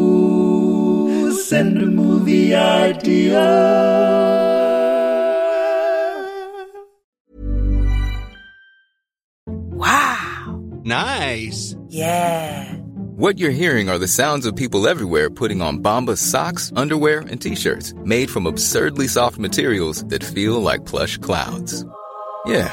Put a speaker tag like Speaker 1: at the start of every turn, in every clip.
Speaker 1: Ooh, send a movie idea.
Speaker 2: Wow.
Speaker 3: Nice.
Speaker 2: Yeah.
Speaker 4: What you're hearing are the sounds of people everywhere putting on Bombas socks, underwear, and t-shirts made from absurdly soft materials that feel like plush clouds. Yeah,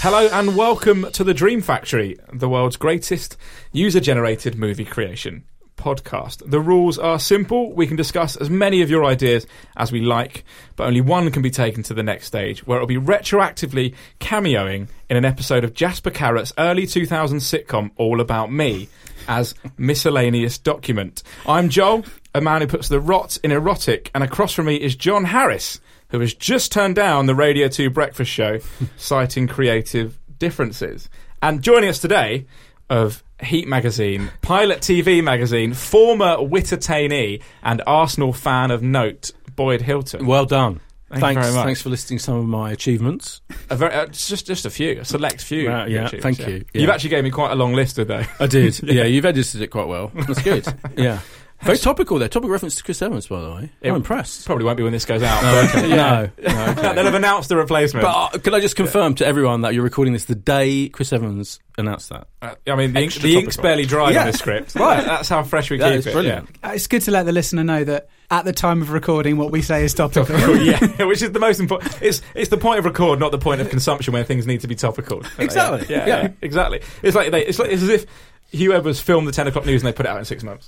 Speaker 5: Hello and welcome to the Dream Factory, the world's greatest user generated movie creation podcast. The rules are simple. We can discuss as many of your ideas as we like, but only one can be taken to the next stage, where it'll be retroactively cameoing in an episode of Jasper Carrot's early 2000 sitcom All About Me as miscellaneous document. I'm Joel, a man who puts the rot in erotic, and across from me is John Harris who has just turned down the Radio 2 breakfast show, citing creative differences. And joining us today of Heat Magazine, Pilot TV Magazine, former Wittertainee and Arsenal fan of note, Boyd Hilton.
Speaker 6: Well done.
Speaker 5: Thank you
Speaker 6: thanks,
Speaker 5: very much.
Speaker 6: thanks for listing some of my achievements.
Speaker 5: A very, uh, it's just, just a few, a select few.
Speaker 6: Right, yeah,
Speaker 5: YouTubes,
Speaker 6: thank you, yeah.
Speaker 5: You've actually gave me quite a long list of those.
Speaker 6: I did. yeah. you've edited it quite well. That's good. yeah, very topical there. Topic reference to Chris Evans, by the way.
Speaker 5: Yeah.
Speaker 6: I'm impressed.
Speaker 5: Probably won't be when this goes out.
Speaker 6: no, no,
Speaker 5: but They'll have announced the replacement.
Speaker 6: But uh, could I just confirm to everyone that you're recording this the day Chris Evans announced that?
Speaker 5: Uh, I mean, the, ink,
Speaker 6: Extra
Speaker 5: the ink's
Speaker 6: topical.
Speaker 5: barely dry
Speaker 6: Yeah.
Speaker 5: on the script.
Speaker 6: Right.
Speaker 5: That's how fresh we
Speaker 6: That
Speaker 5: keep
Speaker 6: is
Speaker 5: it.
Speaker 6: brilliant.
Speaker 5: yeah.
Speaker 7: Uh, It's good to let the listener know that at the time of recording, what we say is topical.
Speaker 5: topical. Oh, yeah, which is the most important. It's it's the point of record, not the point of consumption, where things need to be topical.
Speaker 6: Exactly.
Speaker 5: Yeah, yeah,
Speaker 6: Yeah.
Speaker 5: yeah, exactly. It's like they, it's like it's as if Hugh Edwards filmed the ten o'clock news and they put it out in six months.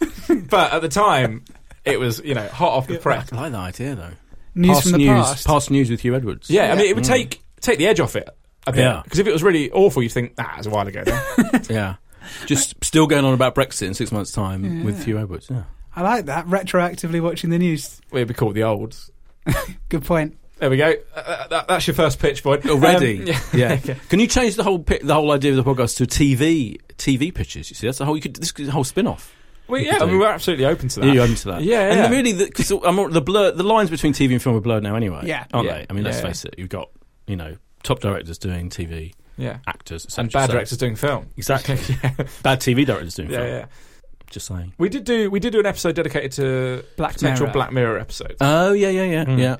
Speaker 5: but at the time, it was you know hot off the press.
Speaker 6: I like that idea though.
Speaker 7: News
Speaker 6: past
Speaker 7: from the
Speaker 6: news,
Speaker 7: past.
Speaker 6: news with Hugh Edwards.
Speaker 5: Yeah, I mean, it would take take the edge off it a bit
Speaker 6: Mm. Yeah.
Speaker 5: because if it was really awful, you'd think that was a while ago.
Speaker 6: yeah. Just still going on about Brexit in six months' time with Hugh Edwards. Yeah.
Speaker 7: I like that. Retroactively watching the news.
Speaker 5: We'd be called the olds.
Speaker 7: Good point.
Speaker 5: There we go. Uh, that, that's your first pitch, Boyd.
Speaker 6: Already,
Speaker 5: Um,
Speaker 6: yeah. Can you change the whole pi- the whole idea of the podcast to TV TV pitches? You see, that's the whole. You could this is a whole spin off.
Speaker 5: Well, yeah, I mean, we're absolutely open to that.
Speaker 6: Yeah, you open to that.
Speaker 5: Yeah, yeah.
Speaker 6: And really, because the, 'cause I'm all- the blur, the lines between TV and film are blurred now anyway.
Speaker 7: Yeah.
Speaker 6: aren't
Speaker 5: Yeah.
Speaker 6: they? I mean, let's
Speaker 5: Yeah.
Speaker 6: face it. You've got you know top directors doing TV,
Speaker 5: yeah.
Speaker 6: actors, etc.
Speaker 5: And bad
Speaker 6: So-
Speaker 5: directors doing film.
Speaker 6: Exactly.
Speaker 5: yeah,
Speaker 6: bad TV directors doing
Speaker 5: yeah,
Speaker 6: film.
Speaker 5: yeah.
Speaker 6: Just saying.
Speaker 5: We did do we did do an episode dedicated to
Speaker 7: Black
Speaker 5: potential
Speaker 7: Mirror.
Speaker 5: Black Mirror episodes.
Speaker 6: Oh yeah, yeah, yeah, yeah.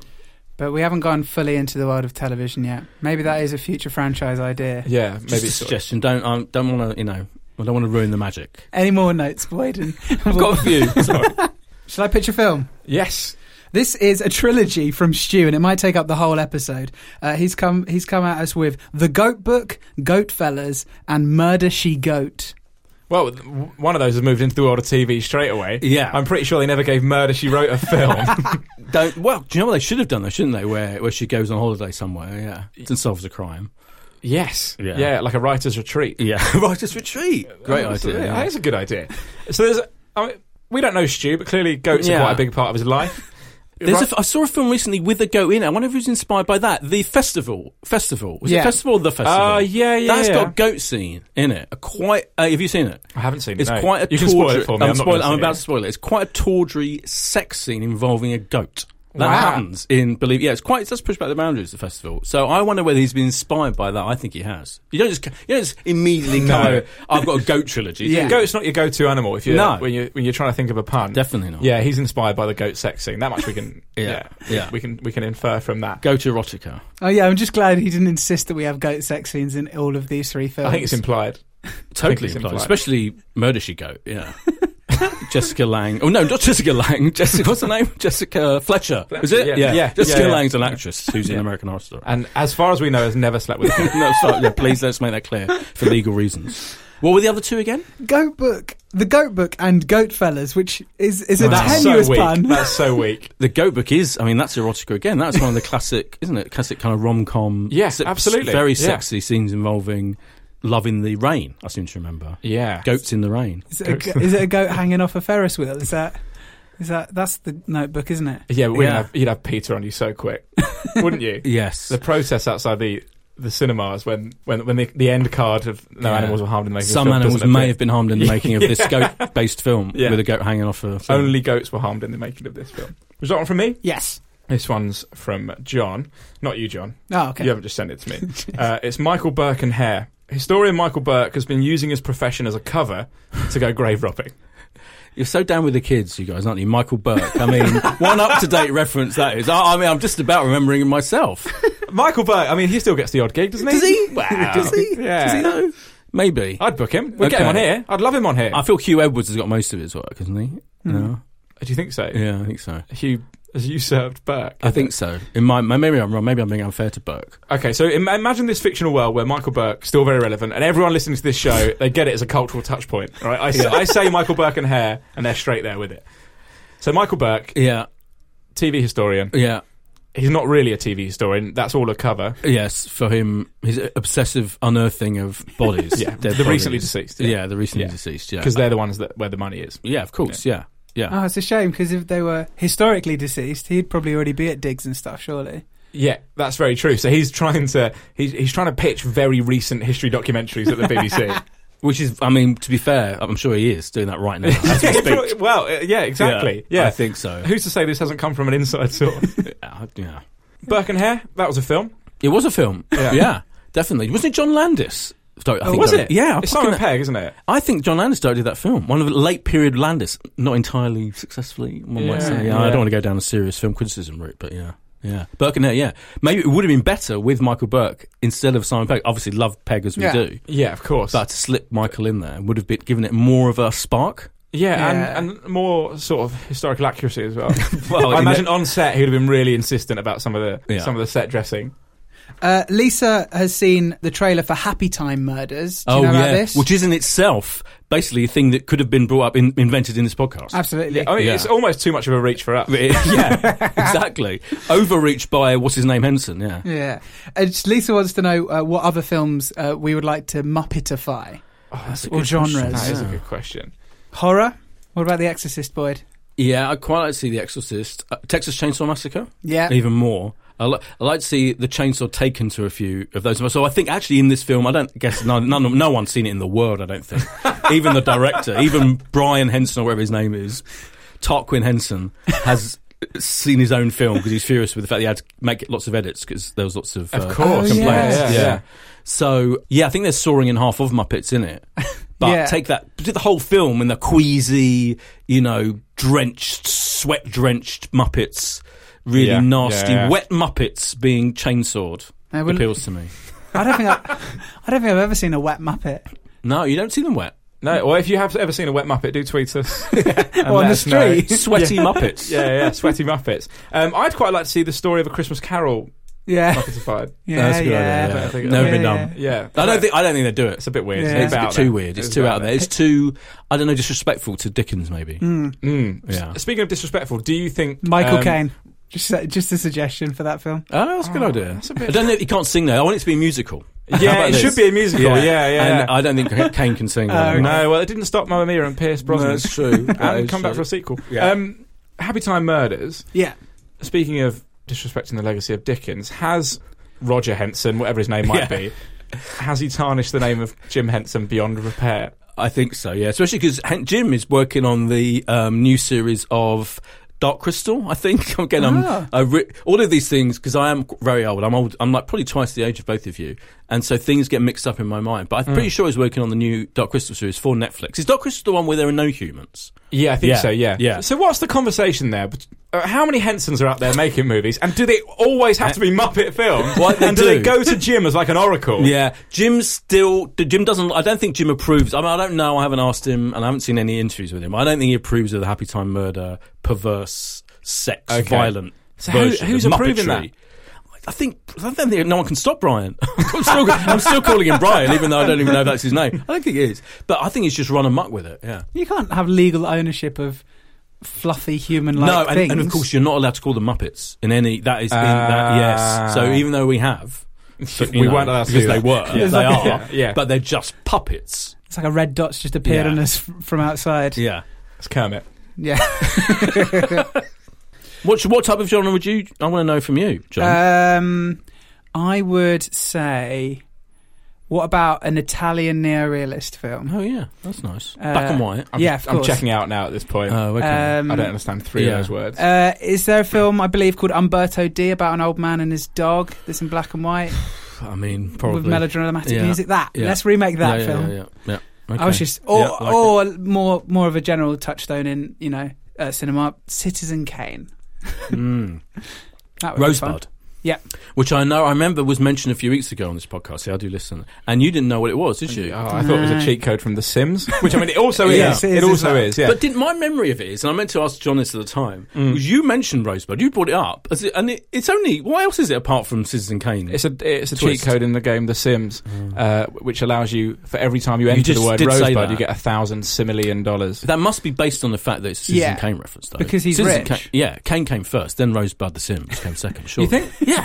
Speaker 7: But we haven't gone fully into the world of television yet. Maybe that is a future franchise idea.
Speaker 5: yeah,
Speaker 6: Just
Speaker 5: maybe
Speaker 6: a
Speaker 5: sort of-
Speaker 6: suggestion. Don't um, don't want to you know. I don't want to ruin the magic.
Speaker 7: Any more notes, Boyd? And
Speaker 6: I've got a few. Sorry.
Speaker 7: Shall I pitch a film?
Speaker 5: Yes.
Speaker 7: This is a trilogy from Stu, and it might take up the whole episode. Uh, he's come he's come at us with The Goat Book, Goat Fellas, and Murder She Goat.
Speaker 5: Well, th- w- one of those has moved into the world of TV straight away.
Speaker 6: Yeah.
Speaker 5: I'm pretty sure they never gave Murder She Wrote a film.
Speaker 6: Don't. Well, do you know what they should have done though, shouldn't they? Where where she goes on holiday somewhere, yeah, and solves a crime.
Speaker 5: yes.
Speaker 6: Yeah.
Speaker 5: like a writer's retreat.
Speaker 6: Yeah, writers retreat. Great
Speaker 5: That's
Speaker 6: idea.
Speaker 5: a-
Speaker 6: yeah.
Speaker 5: That is a good idea. So there's, I mean, we don't know Stu, but clearly goats
Speaker 6: Yeah.
Speaker 5: are quite a big part of his life.
Speaker 6: There's
Speaker 5: Right-
Speaker 6: a f- I saw a film recently with a goat in it. I wonder if it was inspired by that. The festival, festival was it
Speaker 7: Yeah.
Speaker 6: festival or the festival?
Speaker 5: Uh, yeah, yeah,
Speaker 6: That's
Speaker 5: yeah.
Speaker 6: got goat scene in it. A quite. Uh, have you seen it?
Speaker 5: I haven't seen it.
Speaker 6: It's
Speaker 5: no.
Speaker 6: quite a
Speaker 5: You can
Speaker 6: tawdry,
Speaker 5: spoil it for me.
Speaker 6: I'm,
Speaker 5: I'm, not
Speaker 6: spoil-
Speaker 5: gonna
Speaker 6: I'm
Speaker 5: see
Speaker 6: about
Speaker 5: it.
Speaker 6: to spoil it. It's quite a tawdry sex scene involving a goat. That
Speaker 5: Wow.
Speaker 6: happens in believe. Yeah, it's quite. It does push back the boundaries. The festival. So I wonder whether he's been inspired by that. I think he has. You don't just. You don't just immediately
Speaker 5: No.
Speaker 6: go. I've got a goat trilogy. do you?
Speaker 5: Goat's not your go-to animal if you're
Speaker 6: No.
Speaker 5: when you when you're trying to think of a pun.
Speaker 6: Definitely not.
Speaker 5: Yeah, he's inspired by the goat sex scene. That much we can.
Speaker 6: Yeah.
Speaker 5: yeah,
Speaker 6: Yeah.
Speaker 5: We can we can infer from that.
Speaker 6: Goat erotica.
Speaker 7: Oh yeah, I'm just glad he didn't insist that we have goat sex scenes in all of these three films.
Speaker 5: I think it's implied.
Speaker 6: Totally
Speaker 5: it's
Speaker 6: implied,
Speaker 5: implied.
Speaker 6: especially Murder She Goat. Yeah, Jessica Lang. Oh no, not Jessica Lang. Jessica, what's her name? Jessica Fletcher. Is it?
Speaker 5: yeah. Yeah,
Speaker 6: Jessica
Speaker 5: yeah, yeah.
Speaker 6: Lang's an actress who's in American Horror Story.
Speaker 5: And as far as we know, has never slept with a kid.
Speaker 6: no, sorry, yeah, please let's make that clear for legal reasons. What were the other two again?
Speaker 7: Goat Book, the Goat Book, and Goat Fellas, which is is a
Speaker 5: That's so
Speaker 7: tenuous
Speaker 5: weak.
Speaker 7: pun.
Speaker 5: That's so weak.
Speaker 6: The Goat Book is, I mean, that's erotica again. That's one of the classic, isn't it? Classic kind of rom com.
Speaker 5: Yeah, absolutely.
Speaker 6: Very
Speaker 5: Yeah.
Speaker 6: sexy scenes involving love in the rain, I seem to remember.
Speaker 5: Yeah.
Speaker 6: Goats in the rain.
Speaker 7: Is it, a, is it a goat hanging off a Ferris wheel? Is that is that that's the Notebook, isn't it?
Speaker 5: Yeah, but we'd
Speaker 6: Yeah.
Speaker 5: Have, you'd have Peter on you so quick, wouldn't you?
Speaker 6: Yes.
Speaker 5: The protest outside the the cinemas when when when the, the end card of no
Speaker 6: Yeah.
Speaker 5: animals were harmed in the making. of
Speaker 6: Some
Speaker 5: film
Speaker 6: animals
Speaker 5: doesn't
Speaker 6: may
Speaker 5: appear.
Speaker 6: have been harmed in the making of this goat based film
Speaker 5: Yeah.
Speaker 6: with a goat hanging off a. Film.
Speaker 5: Only goats were harmed in the making of this film. Was that one from me?
Speaker 7: Yes.
Speaker 5: This one's from John. Not you, John.
Speaker 7: Oh, okay.
Speaker 5: You haven't just sent it to me. uh, it's Michael Burke and Hare. Historian Michael Burke has been using his profession as a cover to go grave robbing.
Speaker 6: You're so down with the kids, you guys, aren't you? Michael Burke. I mean, one up to date reference that is. I, I mean, I'm just about remembering it myself.
Speaker 5: Michael Burke, I mean, he still gets the odd gig, doesn't he?
Speaker 6: Does he?
Speaker 5: Wow.
Speaker 6: Does he?
Speaker 5: Yeah.
Speaker 6: Does he though? Maybe. I,
Speaker 5: I'd book him. We'd get him on
Speaker 6: Okay.
Speaker 5: here. I'd love him on here. Uh,
Speaker 6: feel Hugh Edwards has got most of his work, hasn't he? No.
Speaker 5: Do you think so?
Speaker 6: Yeah, I think so.
Speaker 5: Hugh has usurped Burke. Uh,
Speaker 6: I think so. In my, my maybe I'm wrong. Maybe I'm being unfair to Burke.
Speaker 5: Okay, so Im- imagine this fictional world where Michael Burke still very relevant, and everyone listening to this show they get it as a cultural touch point. Right? I, s- I say Michael Burke and hair, and they're straight there with it. So Michael Burke,
Speaker 6: Yeah,
Speaker 5: TV historian,
Speaker 6: yeah,
Speaker 5: he's not really a TV historian. That's all a cover.
Speaker 6: yes. For him, his obsessive unearthing of bodies.
Speaker 5: Yeah,
Speaker 6: dead
Speaker 5: the recently
Speaker 6: bodies.
Speaker 5: deceased,
Speaker 6: Yeah.
Speaker 5: yeah.
Speaker 6: the recently
Speaker 5: Yeah.
Speaker 6: deceased. Yeah,
Speaker 5: because they're the ones that where the money is.
Speaker 6: yeah, of course. Yeah, yeah.
Speaker 5: Uh,
Speaker 7: Oh, it's a shame because if they were historically deceased, he'd probably already be at digs and stuff, surely.
Speaker 5: Yeah, that's very true. So he's trying to he's he's trying to pitch very recent history documentaries at the BBC.
Speaker 6: Which is, I mean, to be fair, I'm sure he is doing that right now. As we speak.
Speaker 5: well, uh, yeah, exactly. Yeah,
Speaker 6: I think so.
Speaker 5: Who's to say this hasn't come from an inside source?
Speaker 6: yeah, yeah.
Speaker 5: Burke and Hare, that was a film.
Speaker 6: It was a film. Yeah,
Speaker 5: Yeah.
Speaker 6: definitely. Wasn't it John Landis? I think
Speaker 5: Oh, was
Speaker 6: I-
Speaker 5: it?
Speaker 6: Yeah, I
Speaker 5: it's
Speaker 6: fucking-
Speaker 5: Simon Pegg, isn't it?
Speaker 6: I think John Landis directed that film. One of the late period Landis, not entirely successfully, one might
Speaker 5: Yeah,
Speaker 6: say. Yeah, I
Speaker 5: yeah.
Speaker 6: don't want to go down a serious film criticism route, but yeah. Yeah. Burke and Hare, yeah. Maybe it would have been better with Michael Burke instead of Simon Pegg. Obviously, love Pegg as we
Speaker 7: Yeah.
Speaker 6: do.
Speaker 5: Yeah, of course.
Speaker 6: But to slip Michael in there would have been, given it more of a spark.
Speaker 5: Yeah,
Speaker 7: Yeah.
Speaker 5: And, and more sort of historical accuracy as well.
Speaker 6: Well,
Speaker 5: I imagine on set he'd have been really insistent about some of the
Speaker 6: Yeah.
Speaker 5: some of the set dressing.
Speaker 7: Uh, Lisa has seen the trailer for Happy Time Murders. Do you
Speaker 6: oh,
Speaker 7: know
Speaker 6: yeah.
Speaker 7: about this?
Speaker 6: Which is in itself basically a thing that could have been brought up, in, invented in this podcast.
Speaker 7: Absolutely.
Speaker 5: I mean,
Speaker 6: Yeah.
Speaker 5: it's almost too much of a reach for us.
Speaker 6: yeah, exactly. Overreach by what's his name Henson. Yeah,
Speaker 7: Yeah. Uh, just- Lisa wants to know uh, what other films uh, we would like to Muppetify.
Speaker 6: Oh,
Speaker 5: that's
Speaker 7: or genres.
Speaker 5: That is a good question.
Speaker 7: Horror? What about The Exorcist, Boyd?
Speaker 6: yeah. I quite like to see The Exorcist, uh, Texas Chainsaw Massacre,
Speaker 7: Yeah.
Speaker 6: even more. I, li- I like to see the chainsaw taken to a few of those. So I think actually in this film, I don't guess none, none, of- no one's seen it in the world. I don't think even the director, even Brian Henson or whatever his name is, Tarquin Henson has. Seen his own film because he's furious with the fact that he had to make lots of edits because there was lots of,
Speaker 5: Of
Speaker 6: uh,
Speaker 5: course.
Speaker 7: Oh,
Speaker 6: complaints.
Speaker 7: yeah.
Speaker 6: Yeah. So yeah, I think they're sawing in half of Muppets in it. But
Speaker 7: Yeah.
Speaker 6: take that, do the whole film in the queasy, you know, drenched, sweat drenched Muppets, really
Speaker 5: Yeah.
Speaker 6: nasty,
Speaker 5: Yeah, yeah.
Speaker 6: wet Muppets being chainsawed
Speaker 7: I will-
Speaker 6: appeals to me.
Speaker 7: I don't think I, I don't think I've ever seen a wet Muppet.
Speaker 6: No, you don't see them wet.
Speaker 5: No, or if you have ever seen a wet Muppet, do tweet us. And
Speaker 7: on
Speaker 5: let
Speaker 7: the
Speaker 5: us know.
Speaker 7: street.
Speaker 6: Sweaty Muppets.
Speaker 5: yeah, yeah, sweaty Muppets. Um, I'd quite like to see the story of a Christmas Carol
Speaker 7: Yeah.
Speaker 5: Muppetified.
Speaker 7: Yeah,
Speaker 6: That's a good
Speaker 7: yeah.
Speaker 6: idea.
Speaker 5: I
Speaker 6: Yeah.
Speaker 5: think-
Speaker 6: Never been
Speaker 7: Yeah,
Speaker 6: done.
Speaker 5: Yeah,
Speaker 6: I don't think I don't think they do it.
Speaker 5: it's a bit weird.
Speaker 7: Yeah.
Speaker 6: It's a
Speaker 5: out
Speaker 6: bit
Speaker 5: there.
Speaker 6: too weird. It's, too out there. It's too I don't know, disrespectful to Dickens maybe.
Speaker 5: Mm.
Speaker 6: Yeah.
Speaker 5: Speaking of disrespectful, do you think
Speaker 7: Michael
Speaker 5: um,
Speaker 7: Caine. Just, a- just a suggestion for that film.
Speaker 6: Oh, that's a good idea. I don't think he can't sing though. I want it to be a musical. How
Speaker 5: Yeah,
Speaker 6: about
Speaker 5: it
Speaker 6: this?
Speaker 5: should be a musical. Yeah, yeah. yeah. Uh,
Speaker 6: And I don't think Kane can sing. that.
Speaker 5: No, well, it didn't stop Mamma Mia and Pierce Brosnan.
Speaker 6: that's true. That
Speaker 5: and
Speaker 6: is
Speaker 5: come back for
Speaker 6: true.
Speaker 5: a sequel.
Speaker 6: Yeah.
Speaker 5: Um, Happy Time Murders.
Speaker 7: Yeah.
Speaker 5: Speaking of disrespecting the legacy of Dickens, has Roger Henson, whatever his name might
Speaker 6: Yeah.
Speaker 5: be, has he tarnished the name of Jim Henson beyond repair?
Speaker 6: I think so. Yeah, especially because Jim is working on the um, new series of Dark Crystal. I think again, I'm
Speaker 5: Ah.
Speaker 6: I re- all of these things because I am qu- very old. I'm old. I'm like probably twice the age of both of you, and so things get mixed up in my mind. But I'm pretty
Speaker 5: Mm.
Speaker 6: sure he's working on the new Dark Crystal series for Netflix. Is Dark Crystal the one where there are no humans?
Speaker 5: Yeah, I think so. Yeah,
Speaker 6: yeah.
Speaker 5: So what's the conversation there? bet- uh, how many Hensons are out there making movies, and do they always have to be Muppet films?
Speaker 6: Well, they
Speaker 5: and do, they
Speaker 6: do.
Speaker 5: go to Jim as like an oracle?
Speaker 6: Yeah, Jim still. Jim doesn't. I don't think Jim approves. I mean, I don't know. I haven't asked him, and I haven't seen any interviews with him. I don't think he approves of the Happy Time Murder perverse, sex,
Speaker 5: Okay.
Speaker 6: violent.
Speaker 5: So who-
Speaker 6: version
Speaker 5: who's
Speaker 6: of
Speaker 5: approving
Speaker 6: Muppetry. I think I don't think no one can stop Brian. I'm, still, I'm still calling him Brian, even though I don't even know if that's his name. I don't think it is, but I think he's just run amok with it. Yeah.
Speaker 7: You can't have legal ownership of fluffy human-like
Speaker 6: no, and,
Speaker 7: things.
Speaker 6: and of course you're not allowed to call them Muppets in any. That is in that. Yes. So
Speaker 5: Ah.
Speaker 6: even though we have, but, you
Speaker 5: We
Speaker 6: know,
Speaker 5: weren't allowed to
Speaker 6: because
Speaker 5: do
Speaker 6: they
Speaker 5: that.
Speaker 6: were.
Speaker 5: Yeah.
Speaker 6: They are.
Speaker 5: Yeah, yeah.
Speaker 6: But they're just puppets.
Speaker 7: it's like a red dot's just appeared
Speaker 6: Yeah.
Speaker 7: on us f- from outside.
Speaker 6: Yeah.
Speaker 7: Yeah.
Speaker 5: It's Kermit.
Speaker 6: What what type of genre would you? I want to know from you, John.
Speaker 7: Um, I would say, what about an Italian neorealist film?
Speaker 6: oh yeah, that's nice. Black
Speaker 7: Uh,
Speaker 6: and white.
Speaker 5: I'm,
Speaker 7: yeah, of
Speaker 5: I'm
Speaker 7: course.
Speaker 5: checking out now at this point.
Speaker 6: Oh okay.
Speaker 7: Um,
Speaker 5: I don't understand three
Speaker 6: yeah.
Speaker 5: of those words.
Speaker 7: Uh, is there a film I believe called Umberto D about an old man and his dog that's in black and white
Speaker 6: I mean, probably
Speaker 7: Uh, with melodramatic
Speaker 6: Yeah.
Speaker 7: music? That
Speaker 6: Yeah.
Speaker 7: let's remake that
Speaker 6: yeah,
Speaker 7: film.
Speaker 6: Yeah, yeah, yeah. Yeah.
Speaker 7: I was
Speaker 6: Okay.
Speaker 7: just, oh, or,
Speaker 6: Yeah, I like
Speaker 7: or more more of a general touchstone in you know uh, cinema. Citizen Kane.
Speaker 6: Mm.
Speaker 7: That would be fun.
Speaker 6: Rosebud.
Speaker 7: Yeah.
Speaker 6: Which I know, I remember was mentioned a few weeks ago on this podcast. See, I do listen, and you didn't know what it was, did you? Ah.
Speaker 5: oh, I thought it was a
Speaker 7: no.
Speaker 5: cheat code from The Sims, which I mean, it also is.
Speaker 6: Yes,
Speaker 7: it
Speaker 5: it,
Speaker 7: is,
Speaker 5: also
Speaker 7: isn't it?
Speaker 5: is. Yeah.
Speaker 6: But did my memory of it is, and I meant to ask John this at the time, was you mentioned Rosebud, you brought it up, as it- and it, it's only what else is it apart from Citizen Kane?
Speaker 5: It's a it's a
Speaker 6: Twist.
Speaker 5: cheat code in the game The Sims, uh, which allows you for every time you enter the
Speaker 6: just
Speaker 5: word
Speaker 6: did say
Speaker 5: rosebud,
Speaker 6: that.
Speaker 5: you get a thousand simillion dollars.
Speaker 6: that must be based on the fact that it's a Citizen
Speaker 7: Yeah.
Speaker 6: Kane reference, though,
Speaker 7: Because he's
Speaker 6: Citizen
Speaker 7: rich.
Speaker 6: Kane- yeah, Kane came first, then Rosebud the Sims came second. Sure,
Speaker 5: You think? Yeah.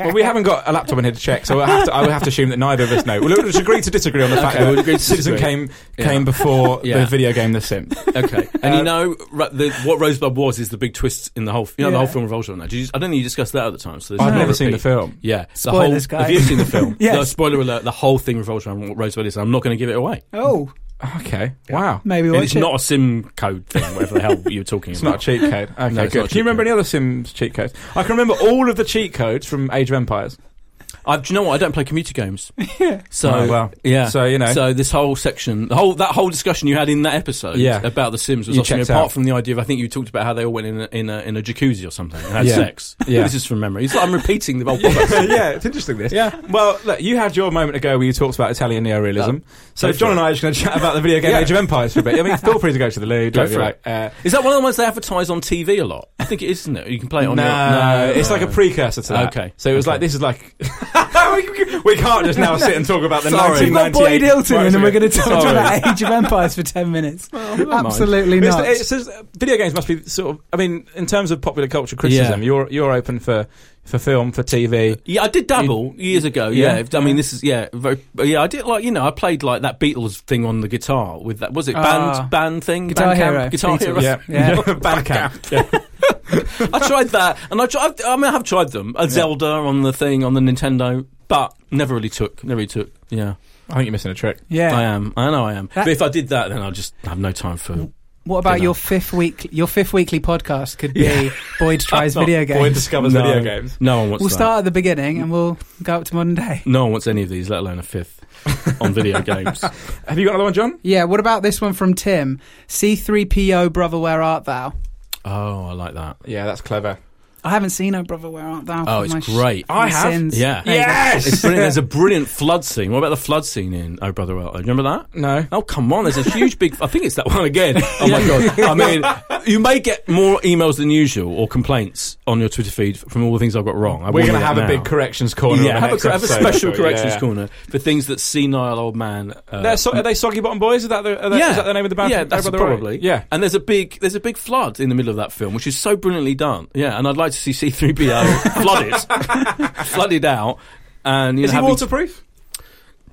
Speaker 5: well, we haven't got a laptop in here to check, so I have to, I would have to assume that neither of us know. We'll just agree to disagree on the fact
Speaker 6: Okay, we'll
Speaker 5: that
Speaker 6: agree to
Speaker 5: Citizen
Speaker 6: disagree.
Speaker 5: came came before
Speaker 6: Yeah.
Speaker 5: the video game The Sims.
Speaker 6: Okay, and you know ro- the, what Rosebud was is the big twist in the whole. You know, the whole
Speaker 7: Yeah.
Speaker 6: film revolves around that. Did you, I don't think you discussed that at the time. So there's
Speaker 5: I've
Speaker 6: no
Speaker 5: never seen the
Speaker 6: repeat.
Speaker 5: film.
Speaker 6: Yeah,
Speaker 7: Spoilers,
Speaker 6: the whole,
Speaker 7: guys.
Speaker 6: Have you seen the film?
Speaker 7: Yes.
Speaker 6: No, spoiler alert. The whole thing revolves around what Rosebud is. and I'm not going to give it away.
Speaker 7: Oh,
Speaker 5: Okay. Wow.
Speaker 7: maybe
Speaker 6: And
Speaker 7: watch
Speaker 6: it's
Speaker 7: it.
Speaker 6: not a sim code thing, whatever the hell you're talking
Speaker 5: It's
Speaker 6: about.
Speaker 5: not a cheat code. Okay,
Speaker 6: No, it's not a
Speaker 5: good.
Speaker 6: cheat
Speaker 5: Do you remember
Speaker 6: code.
Speaker 5: any other Sims cheat codes? I can remember all of the cheat codes from Age of Empires.
Speaker 6: I, do you know what? I don't play computer games. So
Speaker 5: Oh, well.
Speaker 6: yeah.
Speaker 5: So, you know.
Speaker 6: So this whole section, the whole that whole discussion you had in that episode
Speaker 5: Yeah.
Speaker 6: about the Sims was
Speaker 5: You
Speaker 6: awesome.
Speaker 5: checked
Speaker 6: Apart
Speaker 5: out.
Speaker 6: from the idea of, I think you talked about how they all went in a, in a, in a jacuzzi or something and had
Speaker 5: Yeah.
Speaker 6: sex.
Speaker 5: Yeah.
Speaker 6: This is from memory. It's like I'm repeating the whole podcast.
Speaker 5: yeah, it's interesting this. Yeah. Well, look, you had your moment ago where you talked about Italian neorealism. so
Speaker 6: go for
Speaker 5: John
Speaker 6: it.
Speaker 5: and I are just going to chat about the video game Age of Empires for a bit. I mean, feel free to go to the loo.
Speaker 6: Go
Speaker 5: Don't be
Speaker 6: for
Speaker 5: like,
Speaker 6: it.
Speaker 5: uh,
Speaker 6: Is that one of the ones they advertise on TV a lot? I think it is, isn't it? You can play it
Speaker 5: no,
Speaker 6: on your.
Speaker 5: it's like a precursor to that.
Speaker 6: Okay.
Speaker 5: So it was
Speaker 6: Okay.
Speaker 5: like this is like we, we can't just now sit and talk about the
Speaker 6: Sorry.
Speaker 7: We've
Speaker 5: 1998.
Speaker 7: got Boyd Hilton,
Speaker 5: Right,
Speaker 7: and then we're going to
Speaker 5: sorry.
Speaker 7: talk about Age of Empires for ten minutes.
Speaker 6: mind.
Speaker 7: Absolutely
Speaker 5: It's-
Speaker 7: not.
Speaker 5: it's just- uh, video games must be sort of. I mean, in terms of popular culture criticism,
Speaker 6: Yeah.
Speaker 5: you're you're open for for film, for TV.
Speaker 6: Yeah, I did dabble years ago.
Speaker 5: Yeah.
Speaker 6: Yeah. I mean this is yeah, very, but yeah. I did like you know I played like that Beatles thing on the guitar with that was it band
Speaker 7: Ah.
Speaker 6: band thing
Speaker 7: Guitar
Speaker 6: Bandcamp?
Speaker 7: Hero.
Speaker 6: guitar
Speaker 7: Beatles.
Speaker 6: hero.
Speaker 5: Yeah,
Speaker 7: Yeah.
Speaker 5: Bandcamp. Yeah.
Speaker 6: I tried that and I tried I mean I have tried them a Zelda on the thing on the Nintendo, but never really took never really took. Yeah,
Speaker 5: I think you're missing a trick.
Speaker 7: yeah.
Speaker 6: I am. I know I am.
Speaker 7: That-
Speaker 6: but if I did that, then I'll just have no time for.
Speaker 7: What about
Speaker 6: Dunno.
Speaker 7: your fifth week? Your fifth weekly podcast could be
Speaker 6: Yeah.
Speaker 7: Boyd tries
Speaker 6: Not
Speaker 7: video
Speaker 5: Boyd
Speaker 7: games.
Speaker 5: discovers
Speaker 6: No.
Speaker 5: video games.
Speaker 6: No one wants.
Speaker 7: We'll
Speaker 6: that.
Speaker 7: start at the beginning and we'll go up to modern day.
Speaker 6: No one wants any of these, let alone a fifth on video games.
Speaker 5: Have you got another one, John?
Speaker 7: Yeah. What about this one from Tim? C3PO, brother, where art thou?
Speaker 6: Oh, I like that.
Speaker 5: Yeah, that's clever.
Speaker 7: I haven't seen Oh Brother, Where Art Thou?
Speaker 6: Oh,
Speaker 7: for
Speaker 6: it's
Speaker 7: my sh-
Speaker 6: great.
Speaker 7: my
Speaker 5: I have.
Speaker 7: sins.
Speaker 6: Yeah.
Speaker 7: There you go.
Speaker 6: It's brilliant. There's a brilliant flood scene. What about the flood scene in Oh Brother Well? Do you remember that?
Speaker 5: No.
Speaker 6: Oh come on! There's a huge big. I think it's that one again. Oh my god! I mean, you may get more emails than usual or complaints on your Twitter feed from all the things I've got wrong. I
Speaker 5: We're
Speaker 6: warn
Speaker 5: going
Speaker 6: you
Speaker 5: to have
Speaker 6: that
Speaker 5: a big
Speaker 6: now.
Speaker 5: corrections corner.
Speaker 6: yeah,
Speaker 5: on the
Speaker 6: have a,
Speaker 5: next
Speaker 6: cor- have a
Speaker 5: episode,
Speaker 6: special
Speaker 5: I thought,
Speaker 6: corrections
Speaker 5: yeah.
Speaker 6: corner for things that senile old man. Uh,
Speaker 5: They're so, are they Soggy Bottom Boys? Is that the, are they, is that the name of the band?
Speaker 6: Yeah,
Speaker 5: from
Speaker 6: that's
Speaker 5: Over the
Speaker 6: probably.
Speaker 5: Road? Yeah.
Speaker 6: and there's a big there's a big flood in the middle of that film, which is so brilliantly done. Yeah, and I'd like to see C-3PO flooded, flooded out. And you
Speaker 5: Is
Speaker 6: know,
Speaker 5: he
Speaker 6: having-
Speaker 5: waterproof?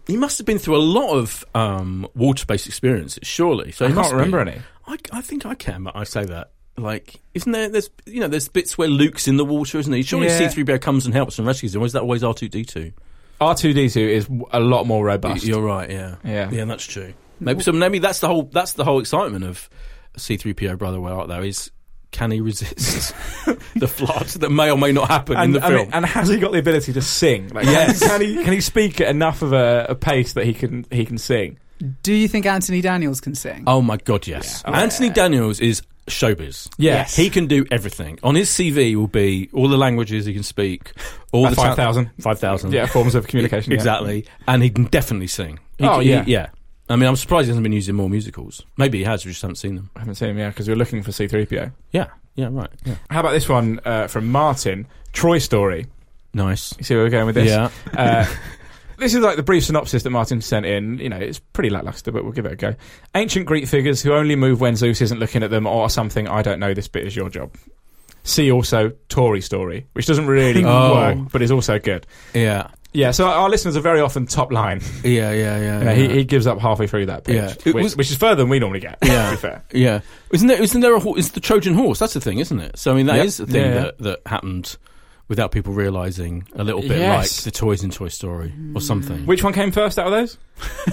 Speaker 6: He must have been through a lot of um, water-based experiences, surely. So
Speaker 5: I
Speaker 6: he
Speaker 5: can't
Speaker 6: must be.
Speaker 5: remember any.
Speaker 6: I, I think I can, but I say that. Like, isn't there? There's you know, there's bits where Luke's in the water, isn't he? Surely
Speaker 7: Yeah.
Speaker 6: C-3PO comes and helps and rescues him. Or is that always R2D2?
Speaker 5: R2D2 is w- a lot more robust.
Speaker 6: You're right. Yeah.
Speaker 5: Yeah.
Speaker 6: Yeah, that's true. Maybe so. Maybe that's the whole. That's the whole excitement of C-3PO. Brother, where art thou? Is can he resist the flood that may or may not happen in
Speaker 5: and,
Speaker 6: the
Speaker 5: I mean,
Speaker 6: film?
Speaker 5: and has he got the ability to sing? Like,
Speaker 6: Yes.
Speaker 5: Can he, can he speak at enough of a, a pace that he can he can sing?
Speaker 7: Do you think Anthony Daniels can sing?
Speaker 6: Oh my God, yes. Anthony Daniels is showbiz.
Speaker 5: Oh, Yes.
Speaker 6: He can do everything. On his CV will be all the languages he can speak, all
Speaker 5: About
Speaker 6: the ta-
Speaker 5: 5,000.
Speaker 6: 5,000.
Speaker 5: Yeah, forms of communication, yeah.
Speaker 6: Mm. exactly. And he can definitely sing. He
Speaker 5: Oh,
Speaker 6: can- he-
Speaker 5: yeah.
Speaker 6: yeah. I mean, I'm surprised he hasn't been used in more musicals. Maybe he has, we just haven't seen them.
Speaker 5: I haven't seen him, yeah, because we were looking for C3PO.
Speaker 6: Yeah. Yeah, right. Yeah.
Speaker 5: How about this one uh, from Martin? Troy Story.
Speaker 6: Nice.
Speaker 5: You see where we're going with this?
Speaker 6: Yeah.
Speaker 5: Uh, this is like the brief synopsis that Martin sent in. You know, it's pretty lackluster, but we'll give it a go. Ancient Greek figures who only move when Zeus isn't looking at them or something. I don't know. This bit is your job. See also Tory story, which doesn't really
Speaker 6: Oh.
Speaker 5: work, but is also good.
Speaker 6: Yeah.
Speaker 5: Yeah, so our listeners are very often top line.
Speaker 6: Yeah, yeah, yeah.
Speaker 5: You know, He, he gives up halfway through that page,
Speaker 6: Yeah. It
Speaker 5: which,
Speaker 6: was-
Speaker 5: which is further than we normally get. Yeah,
Speaker 6: Yeah.
Speaker 5: to be fair.
Speaker 6: Yeah, isn't there? Isn't there a? hor- It's the Trojan horse. That's the thing, isn't it? So I mean, that
Speaker 5: Yep.
Speaker 6: is the thing
Speaker 5: Yeah.
Speaker 6: that that happened without people realizing a little bit,
Speaker 5: Yes.
Speaker 6: like the toys in Toy Story or something.
Speaker 5: Which one came first out of those?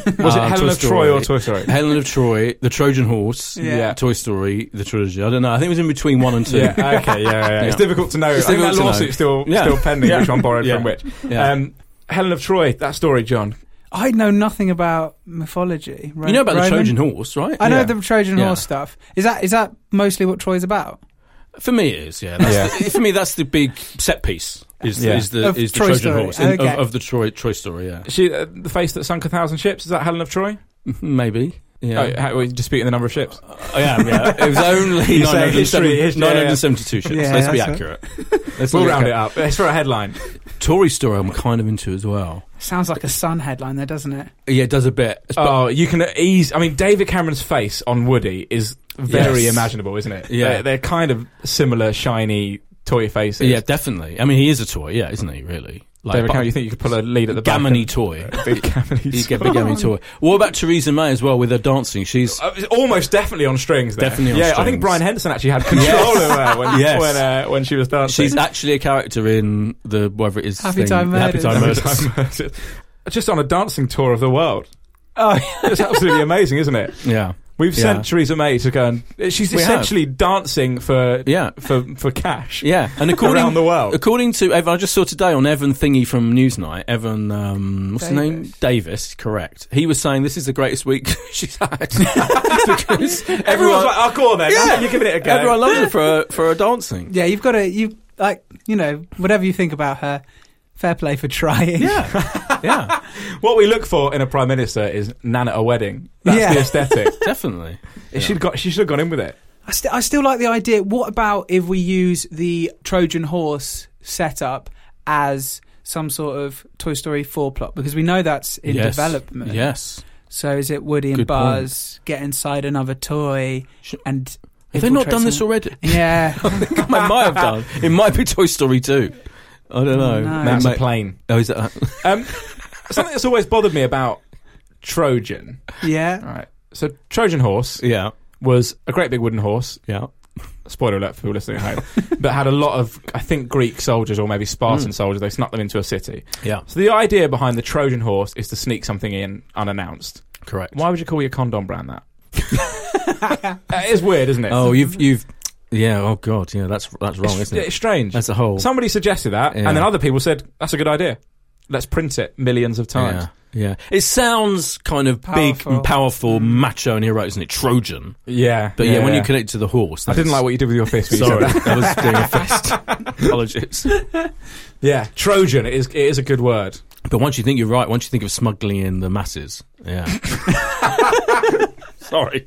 Speaker 5: Was it
Speaker 6: Uh,
Speaker 5: Helen
Speaker 6: Toy
Speaker 5: of Troy or Toy
Speaker 6: Story.
Speaker 5: Story?
Speaker 6: Helen of Troy, the Trojan horse,
Speaker 5: Yeah. Yeah.
Speaker 6: Toy Story, the trilogy. I don't know. I think it was in between one and two.
Speaker 5: Yeah, okay, yeah, yeah, yeah. It's
Speaker 6: Yeah.
Speaker 5: difficult to know.
Speaker 6: It's
Speaker 5: I think that
Speaker 6: difficult to know.
Speaker 5: lawsuit's still
Speaker 6: Yeah.
Speaker 5: still pending,
Speaker 6: Yeah.
Speaker 5: which one borrowed
Speaker 6: Yeah.
Speaker 5: from which.
Speaker 6: Yeah.
Speaker 5: Um, Helen of Troy, that story, John.
Speaker 7: I know nothing about mythology. Ro-
Speaker 6: you know about
Speaker 7: Roman?
Speaker 6: the Trojan horse, right?
Speaker 7: I know
Speaker 5: Yeah.
Speaker 7: the Trojan
Speaker 6: Yeah.
Speaker 7: horse stuff. Is that is that mostly what Troy's about?
Speaker 6: For me, it is. Yeah, that's
Speaker 5: Yeah.
Speaker 6: The, for me, that's the big set piece. Is,
Speaker 5: Yeah.
Speaker 6: is the
Speaker 7: Of
Speaker 6: is the
Speaker 7: Troy
Speaker 6: Trojan
Speaker 7: Story.
Speaker 6: horse in-
Speaker 7: Okay.
Speaker 6: of, of the Troy Troy story? Yeah,
Speaker 5: She, uh, the face that sunk a thousand ships. Is that Helen of Troy?
Speaker 6: maybe. Yeah. Uh,
Speaker 5: Oh, how, we're disputing the number of ships.
Speaker 6: I am, yeah. It was only
Speaker 5: You say
Speaker 6: 970
Speaker 5: history, history, yeah, yeah.
Speaker 6: 972 ships.
Speaker 7: Yeah,
Speaker 6: Let's be
Speaker 7: that's
Speaker 6: accurate. Let's
Speaker 5: we'll
Speaker 6: look
Speaker 5: round
Speaker 6: at-
Speaker 5: it up. It's for a headline.
Speaker 6: Tory story I'm kind of into as well.
Speaker 7: Sounds like a Sun headline there, doesn't it?
Speaker 6: Yeah, it does a bit. It's- but-
Speaker 5: oh, you can ease. I mean, David Cameron's face on Woody is very
Speaker 6: Yes.
Speaker 5: imaginable, isn't it?
Speaker 6: Yeah.
Speaker 5: They're, they're kind of similar, shiny toy faces.
Speaker 6: yeah, definitely. I mean, he is a toy, yeah, isn't he, really? Like,
Speaker 5: David
Speaker 6: but-
Speaker 5: Cameron, you think you could pull a lead at the back?
Speaker 6: Gammony toy.
Speaker 5: Big gammony.
Speaker 6: He's a big gammony toy. What about Theresa May as well with her dancing? She's
Speaker 5: Uh, it's almost definitely on strings. There.
Speaker 6: Definitely on
Speaker 5: yeah, I
Speaker 6: strings.
Speaker 5: think Brian Henderson actually had control of her when
Speaker 6: Yes.
Speaker 5: when, uh, when she was dancing.
Speaker 6: she's actually a character in the whatever it is.
Speaker 7: Happy
Speaker 6: thing,
Speaker 7: Time
Speaker 6: Happy
Speaker 7: Murders.
Speaker 6: Time
Speaker 7: Happy
Speaker 6: Murders.
Speaker 5: just on a dancing tour of the world.
Speaker 7: Oh,
Speaker 5: It's absolutely amazing, isn't it?
Speaker 6: Yeah,
Speaker 5: We've
Speaker 6: Yeah.
Speaker 5: sent Theresa May to go and uh, she's
Speaker 6: We have.
Speaker 5: essentially dancing for
Speaker 6: yeah.
Speaker 5: for for cash.
Speaker 6: Yeah, and according
Speaker 5: Around the world.
Speaker 6: according to Evan, I just saw today on Evan Thingy from Newsnight. Evan, um, what's the name? Davis, correct. He was saying this is the greatest week she's had because
Speaker 5: Everyone's
Speaker 6: everyone,
Speaker 5: like, "Oh, go on then.
Speaker 6: Yeah.
Speaker 5: you're giving it a go."
Speaker 6: everyone loves her for her, for her dancing.
Speaker 7: yeah. You've got to you like you know whatever you think about her. Fair play for trying.
Speaker 6: Yeah, yeah,
Speaker 5: what we look for in a prime minister is Nan at a wedding. That's
Speaker 7: Yeah.
Speaker 5: the aesthetic.
Speaker 6: definitely.
Speaker 5: It should got she should have gone in with it.
Speaker 7: I, st- I still like the idea. What about if we use the Trojan horse setup as some sort of Toy Story 4 plot? Because we know that's in
Speaker 6: Yes.
Speaker 7: development.
Speaker 6: Yes,
Speaker 7: So is it Woody and
Speaker 6: Good
Speaker 7: Buzz get inside another toy
Speaker 6: Sh-
Speaker 7: and.
Speaker 6: have they not
Speaker 7: infiltrate
Speaker 6: done this
Speaker 7: some-
Speaker 6: already?
Speaker 7: Yeah.
Speaker 6: I might have done. It might be Toy Story two. I don't know.
Speaker 7: No.
Speaker 6: It
Speaker 5: That's a
Speaker 6: might-
Speaker 5: plane.
Speaker 6: oh, is that?
Speaker 5: Um, something that's always bothered me about Trojan.
Speaker 7: yeah.
Speaker 5: All right, so Trojan horse
Speaker 6: Yeah,
Speaker 5: was a great big wooden horse.
Speaker 6: yeah.
Speaker 5: spoiler alert for people listening at home, that had a lot of, I think, Greek soldiers or maybe
Speaker 6: Hmm.
Speaker 5: Spartan soldiers. They snuck them into a city.
Speaker 6: Yeah.
Speaker 5: So the idea behind the Trojan horse is to sneak something in unannounced.
Speaker 6: Correct.
Speaker 5: Why would you call your condom brand that? it is weird, isn't it?
Speaker 6: Oh, you've you've. Yeah. Oh God. Yeah. That's that's wrong,
Speaker 5: it's,
Speaker 6: isn't it?
Speaker 5: it's strange.
Speaker 6: That's a whole.
Speaker 5: Somebody suggested that,
Speaker 6: Yeah.
Speaker 5: and then other people said, that's a good idea. Let's print it millions of times.
Speaker 6: Yeah, yeah. It sounds kind of big
Speaker 7: Powerful.
Speaker 6: and powerful, macho and heroic, isn't it? Trojan.
Speaker 5: Yeah.
Speaker 6: But yeah, when you connect to the horse,
Speaker 5: I didn't like what you did with your fist. when you said
Speaker 6: Sorry,
Speaker 5: that.
Speaker 6: I was doing a fist. Apologies.
Speaker 5: Yeah, Trojan. It is. It is a good word.
Speaker 6: But once you think you're right, once you think of smuggling in the masses, yeah. Sorry.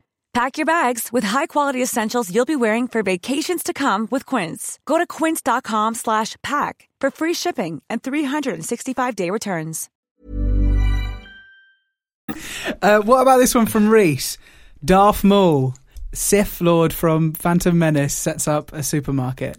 Speaker 8: Pack your bags with high-quality essentials you'll be wearing for vacations to come with Quince. Go to quince.com slash pack for free shipping and 365-day returns.
Speaker 7: Uh, what about this one from Reese? Darth Maul, Sith Lord from Phantom Menace, sets up a supermarket.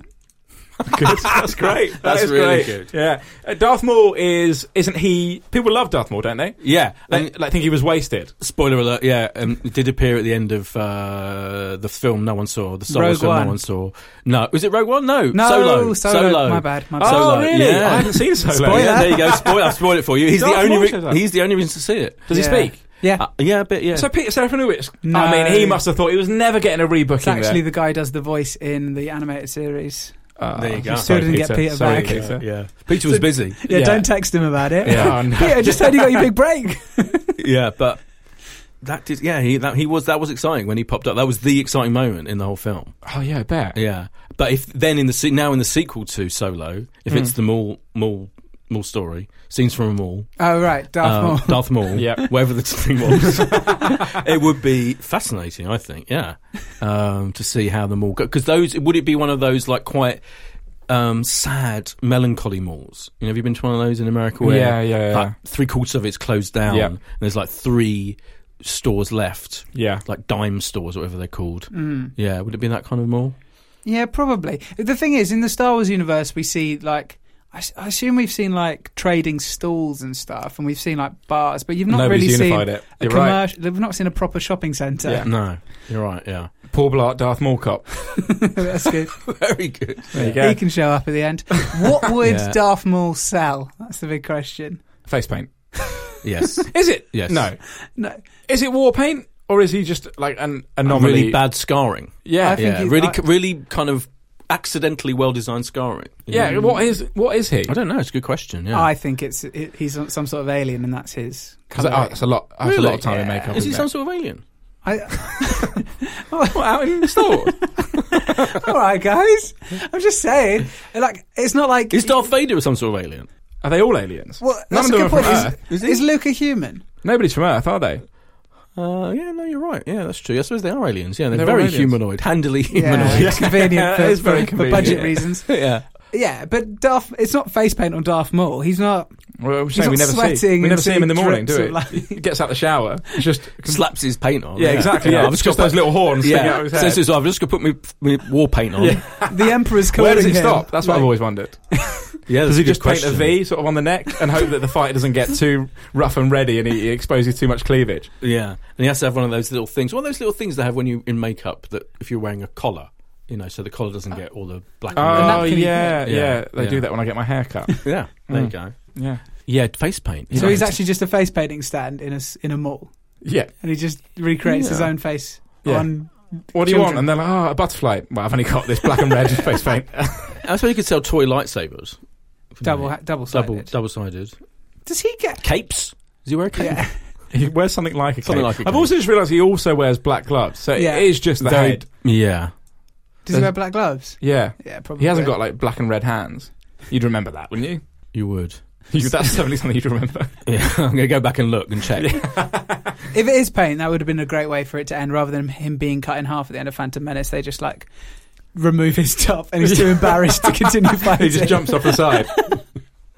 Speaker 5: Good. That's great. That
Speaker 6: That's
Speaker 5: is
Speaker 6: really
Speaker 5: great.
Speaker 6: good.
Speaker 5: Yeah. Uh, Darth Maul is isn't he? People love Darth Maul, don't they?
Speaker 6: Yeah, and-
Speaker 5: Like, like think he was wasted.
Speaker 6: Spoiler alert! Yeah, um, it did appear at the end of uh, the film. No one saw the Star
Speaker 7: Rogue
Speaker 6: Wars film.
Speaker 7: One.
Speaker 6: No one saw. No, was it Rogue One? No,
Speaker 7: No,
Speaker 6: Solo.
Speaker 7: Solo. My bad, my bad.
Speaker 6: Solo.
Speaker 5: Oh, really?
Speaker 6: Yeah.
Speaker 5: I haven't seen Solo.
Speaker 6: Spoiler.
Speaker 5: yet.
Speaker 6: there you go. Spoil. I spoiled it for you. He's the
Speaker 5: Darth
Speaker 6: only.
Speaker 5: Maul
Speaker 6: re-
Speaker 5: shows up.
Speaker 6: he's the only reason to see it.
Speaker 5: Does he
Speaker 7: Yeah.
Speaker 5: speak?
Speaker 7: Yeah.
Speaker 6: Uh, yeah, a bit. Yeah.
Speaker 5: So Peter Serafinowicz.
Speaker 7: No.
Speaker 5: I mean, he must have thought he was never getting a rebooking.
Speaker 7: it's actually
Speaker 5: there.
Speaker 7: the guy who does the voice in the animated series.
Speaker 5: Ah,
Speaker 6: There you go.
Speaker 7: Still didn't get Peter
Speaker 5: Sorry,
Speaker 7: back.
Speaker 5: Peter.
Speaker 6: yeah, Peter was busy.
Speaker 7: Yeah,
Speaker 5: Yeah.
Speaker 7: don't text him about it.
Speaker 5: Yeah, I know.
Speaker 7: Peter, just said you got your big break.
Speaker 6: yeah, but that did. Yeah, he that he was that was exciting when he popped up. That was the exciting moment in the whole film.
Speaker 5: Oh yeah, I bet.
Speaker 6: Yeah, but if then in the se- now in the sequel to Solo, if it's the Maul Maul Maul story, scenes from a Maul,
Speaker 7: oh, right, Darth
Speaker 6: um,
Speaker 7: Maul.
Speaker 6: Darth Maul,
Speaker 5: Yep.
Speaker 6: wherever the thing was, it would be fascinating. I think, yeah, um, to see how the Maul because those would it be one of those like quite. Um, sad, melancholy malls. You know, have you been to one of those in America? Where
Speaker 5: Yeah, yeah, yeah.
Speaker 6: like, three quarters of it's closed down,
Speaker 5: Yeah.
Speaker 6: and there's like three stores left,
Speaker 5: Yeah.
Speaker 6: like dime stores, or whatever they're called. Mm. Yeah, would it be that kind of mall?
Speaker 7: Yeah, probably. The thing is, in the Star Wars universe, we see like. I s- I assume we've seen like trading stalls and stuff, and we've seen like bars, but you've not
Speaker 5: Nobody's
Speaker 7: really seen
Speaker 5: unified it.
Speaker 7: a
Speaker 5: You're right.
Speaker 7: commercial. We've not seen a proper shopping centre.
Speaker 5: Yeah.
Speaker 6: No, you're right. Yeah,
Speaker 5: Paul Blart, Darth Maul cop.
Speaker 7: That's good.
Speaker 6: very good.
Speaker 5: There you
Speaker 7: He
Speaker 5: go.
Speaker 7: can show up at the end. What would
Speaker 6: Yeah.
Speaker 7: Darth Maul sell? That's the big question.
Speaker 5: Face paint.
Speaker 6: Yes,
Speaker 5: Is it?
Speaker 6: Yes.
Speaker 5: No.
Speaker 7: No,
Speaker 5: Is it war paint or is he just like an anomaly?
Speaker 6: really bad scarring.
Speaker 5: Yeah.
Speaker 7: I think
Speaker 6: Yeah,
Speaker 7: he-
Speaker 6: really,
Speaker 7: I-
Speaker 6: really kind of accidentally well designed scarring.
Speaker 5: yeah. What is? What is he?
Speaker 6: I don't know. It's a good question. Yeah,
Speaker 7: I think it's it, he's some- some sort of alien, and that's his.
Speaker 5: Because oh, it's a lot. That's a lot of time to
Speaker 6: Yeah.
Speaker 5: make up.
Speaker 6: Is he
Speaker 5: isn't
Speaker 6: some
Speaker 5: it?
Speaker 6: sort of alien?
Speaker 7: I,
Speaker 5: What, out in Star Wars?
Speaker 7: all right, guys. I'm just saying, like, it's not like
Speaker 6: Is Darth Vader some sort of alien?
Speaker 5: Are they all aliens?
Speaker 7: Well,
Speaker 5: None
Speaker 7: that's
Speaker 5: of
Speaker 7: a
Speaker 5: them
Speaker 7: good
Speaker 5: are from
Speaker 7: point. Is,
Speaker 5: Earth.
Speaker 7: is, Luke a human?
Speaker 5: Nobody's from Earth, are they?
Speaker 6: Uh, yeah, no, you're right. Yeah, that's true. I suppose they are aliens. Yeah, they're,
Speaker 5: They're all
Speaker 6: very
Speaker 5: aliens.
Speaker 6: humanoid, handily
Speaker 7: Yeah,
Speaker 6: humanoid.
Speaker 7: it's convenient
Speaker 5: Yeah,
Speaker 7: for,
Speaker 5: it's very
Speaker 7: for- for
Speaker 5: convenient,
Speaker 7: budget
Speaker 5: yeah.
Speaker 7: reasons.
Speaker 6: Yeah,
Speaker 7: Yeah, but Darth, it's not face paint on Darth Maul. He's not.
Speaker 5: Well, I'm
Speaker 7: He's
Speaker 5: saying we
Speaker 7: not
Speaker 5: never see.
Speaker 7: sweating
Speaker 5: We never
Speaker 7: and
Speaker 5: see him in the
Speaker 7: seeing
Speaker 5: morning, do
Speaker 7: drips
Speaker 5: we?
Speaker 7: of light.
Speaker 5: He gets out the shower. It's just
Speaker 6: slaps his paint on.
Speaker 5: yeah, exactly. Yeah,
Speaker 6: I've
Speaker 5: it's just those
Speaker 6: got-
Speaker 5: little horns. sticking out
Speaker 6: Yeah,
Speaker 5: of his
Speaker 6: says
Speaker 5: head.
Speaker 6: this, I've just got to put my, my war paint on. Yeah,
Speaker 7: The Emperor's calling
Speaker 5: Where does it
Speaker 7: him.
Speaker 5: stop? That's what I've always wondered. Does he just paint a V sort of on the neck and hope that the fighter doesn't get too rough and ready and he, he exposes too much cleavage?
Speaker 6: Yeah, and he has to have one of those little things. One of those little things they have when you in makeup that if you're wearing a collar, you know, so the collar doesn't get all the black. and
Speaker 5: Oh
Speaker 7: napkin he-
Speaker 5: yeah, yeah,
Speaker 6: Yeah,
Speaker 5: They
Speaker 6: yeah.
Speaker 5: do that when I get my hair cut.
Speaker 6: red. yeah. There you go.
Speaker 5: yeah,
Speaker 6: Yeah, face paint.
Speaker 7: Mm. So
Speaker 6: Yeah.
Speaker 7: he's actually just a face painting stand in a s- in a mall,
Speaker 5: yeah.
Speaker 7: and he just recreates his
Speaker 5: Yeah.
Speaker 7: own face
Speaker 5: Yeah.
Speaker 7: on.
Speaker 5: What do you
Speaker 7: Children.
Speaker 5: want? And they're like, oh, a butterfly. Well, I've only got this black and red face paint.
Speaker 6: I suppose you could sell toy lightsabers. Couldn't
Speaker 7: Double
Speaker 6: you?
Speaker 7: ha- double
Speaker 6: double,
Speaker 7: sided.
Speaker 6: double sided
Speaker 7: Does he get?
Speaker 6: capes. Does he wear a cape?
Speaker 7: Yeah.
Speaker 5: He wears something like a cape.
Speaker 6: Something like a
Speaker 5: I've
Speaker 6: cape.
Speaker 5: also just realised he also wears black gloves, so
Speaker 7: Yeah.
Speaker 5: it is just the
Speaker 6: Very-
Speaker 5: head.
Speaker 6: Yeah.
Speaker 7: Does he wear black gloves?
Speaker 5: Yeah,
Speaker 7: Yeah, probably.
Speaker 5: he hasn't got like black and red hands. You'd remember that, wouldn't you?
Speaker 6: You would.
Speaker 5: you that's definitely something you'd remember.
Speaker 6: Yeah, I'm going to go back and look and check.
Speaker 7: If it is paint, that would have been a great way for it to end, rather than him being cut in half at the end of Phantom Menace. They just like remove his top, and he's too embarrassed to continue fighting.
Speaker 5: he just jumps off the side.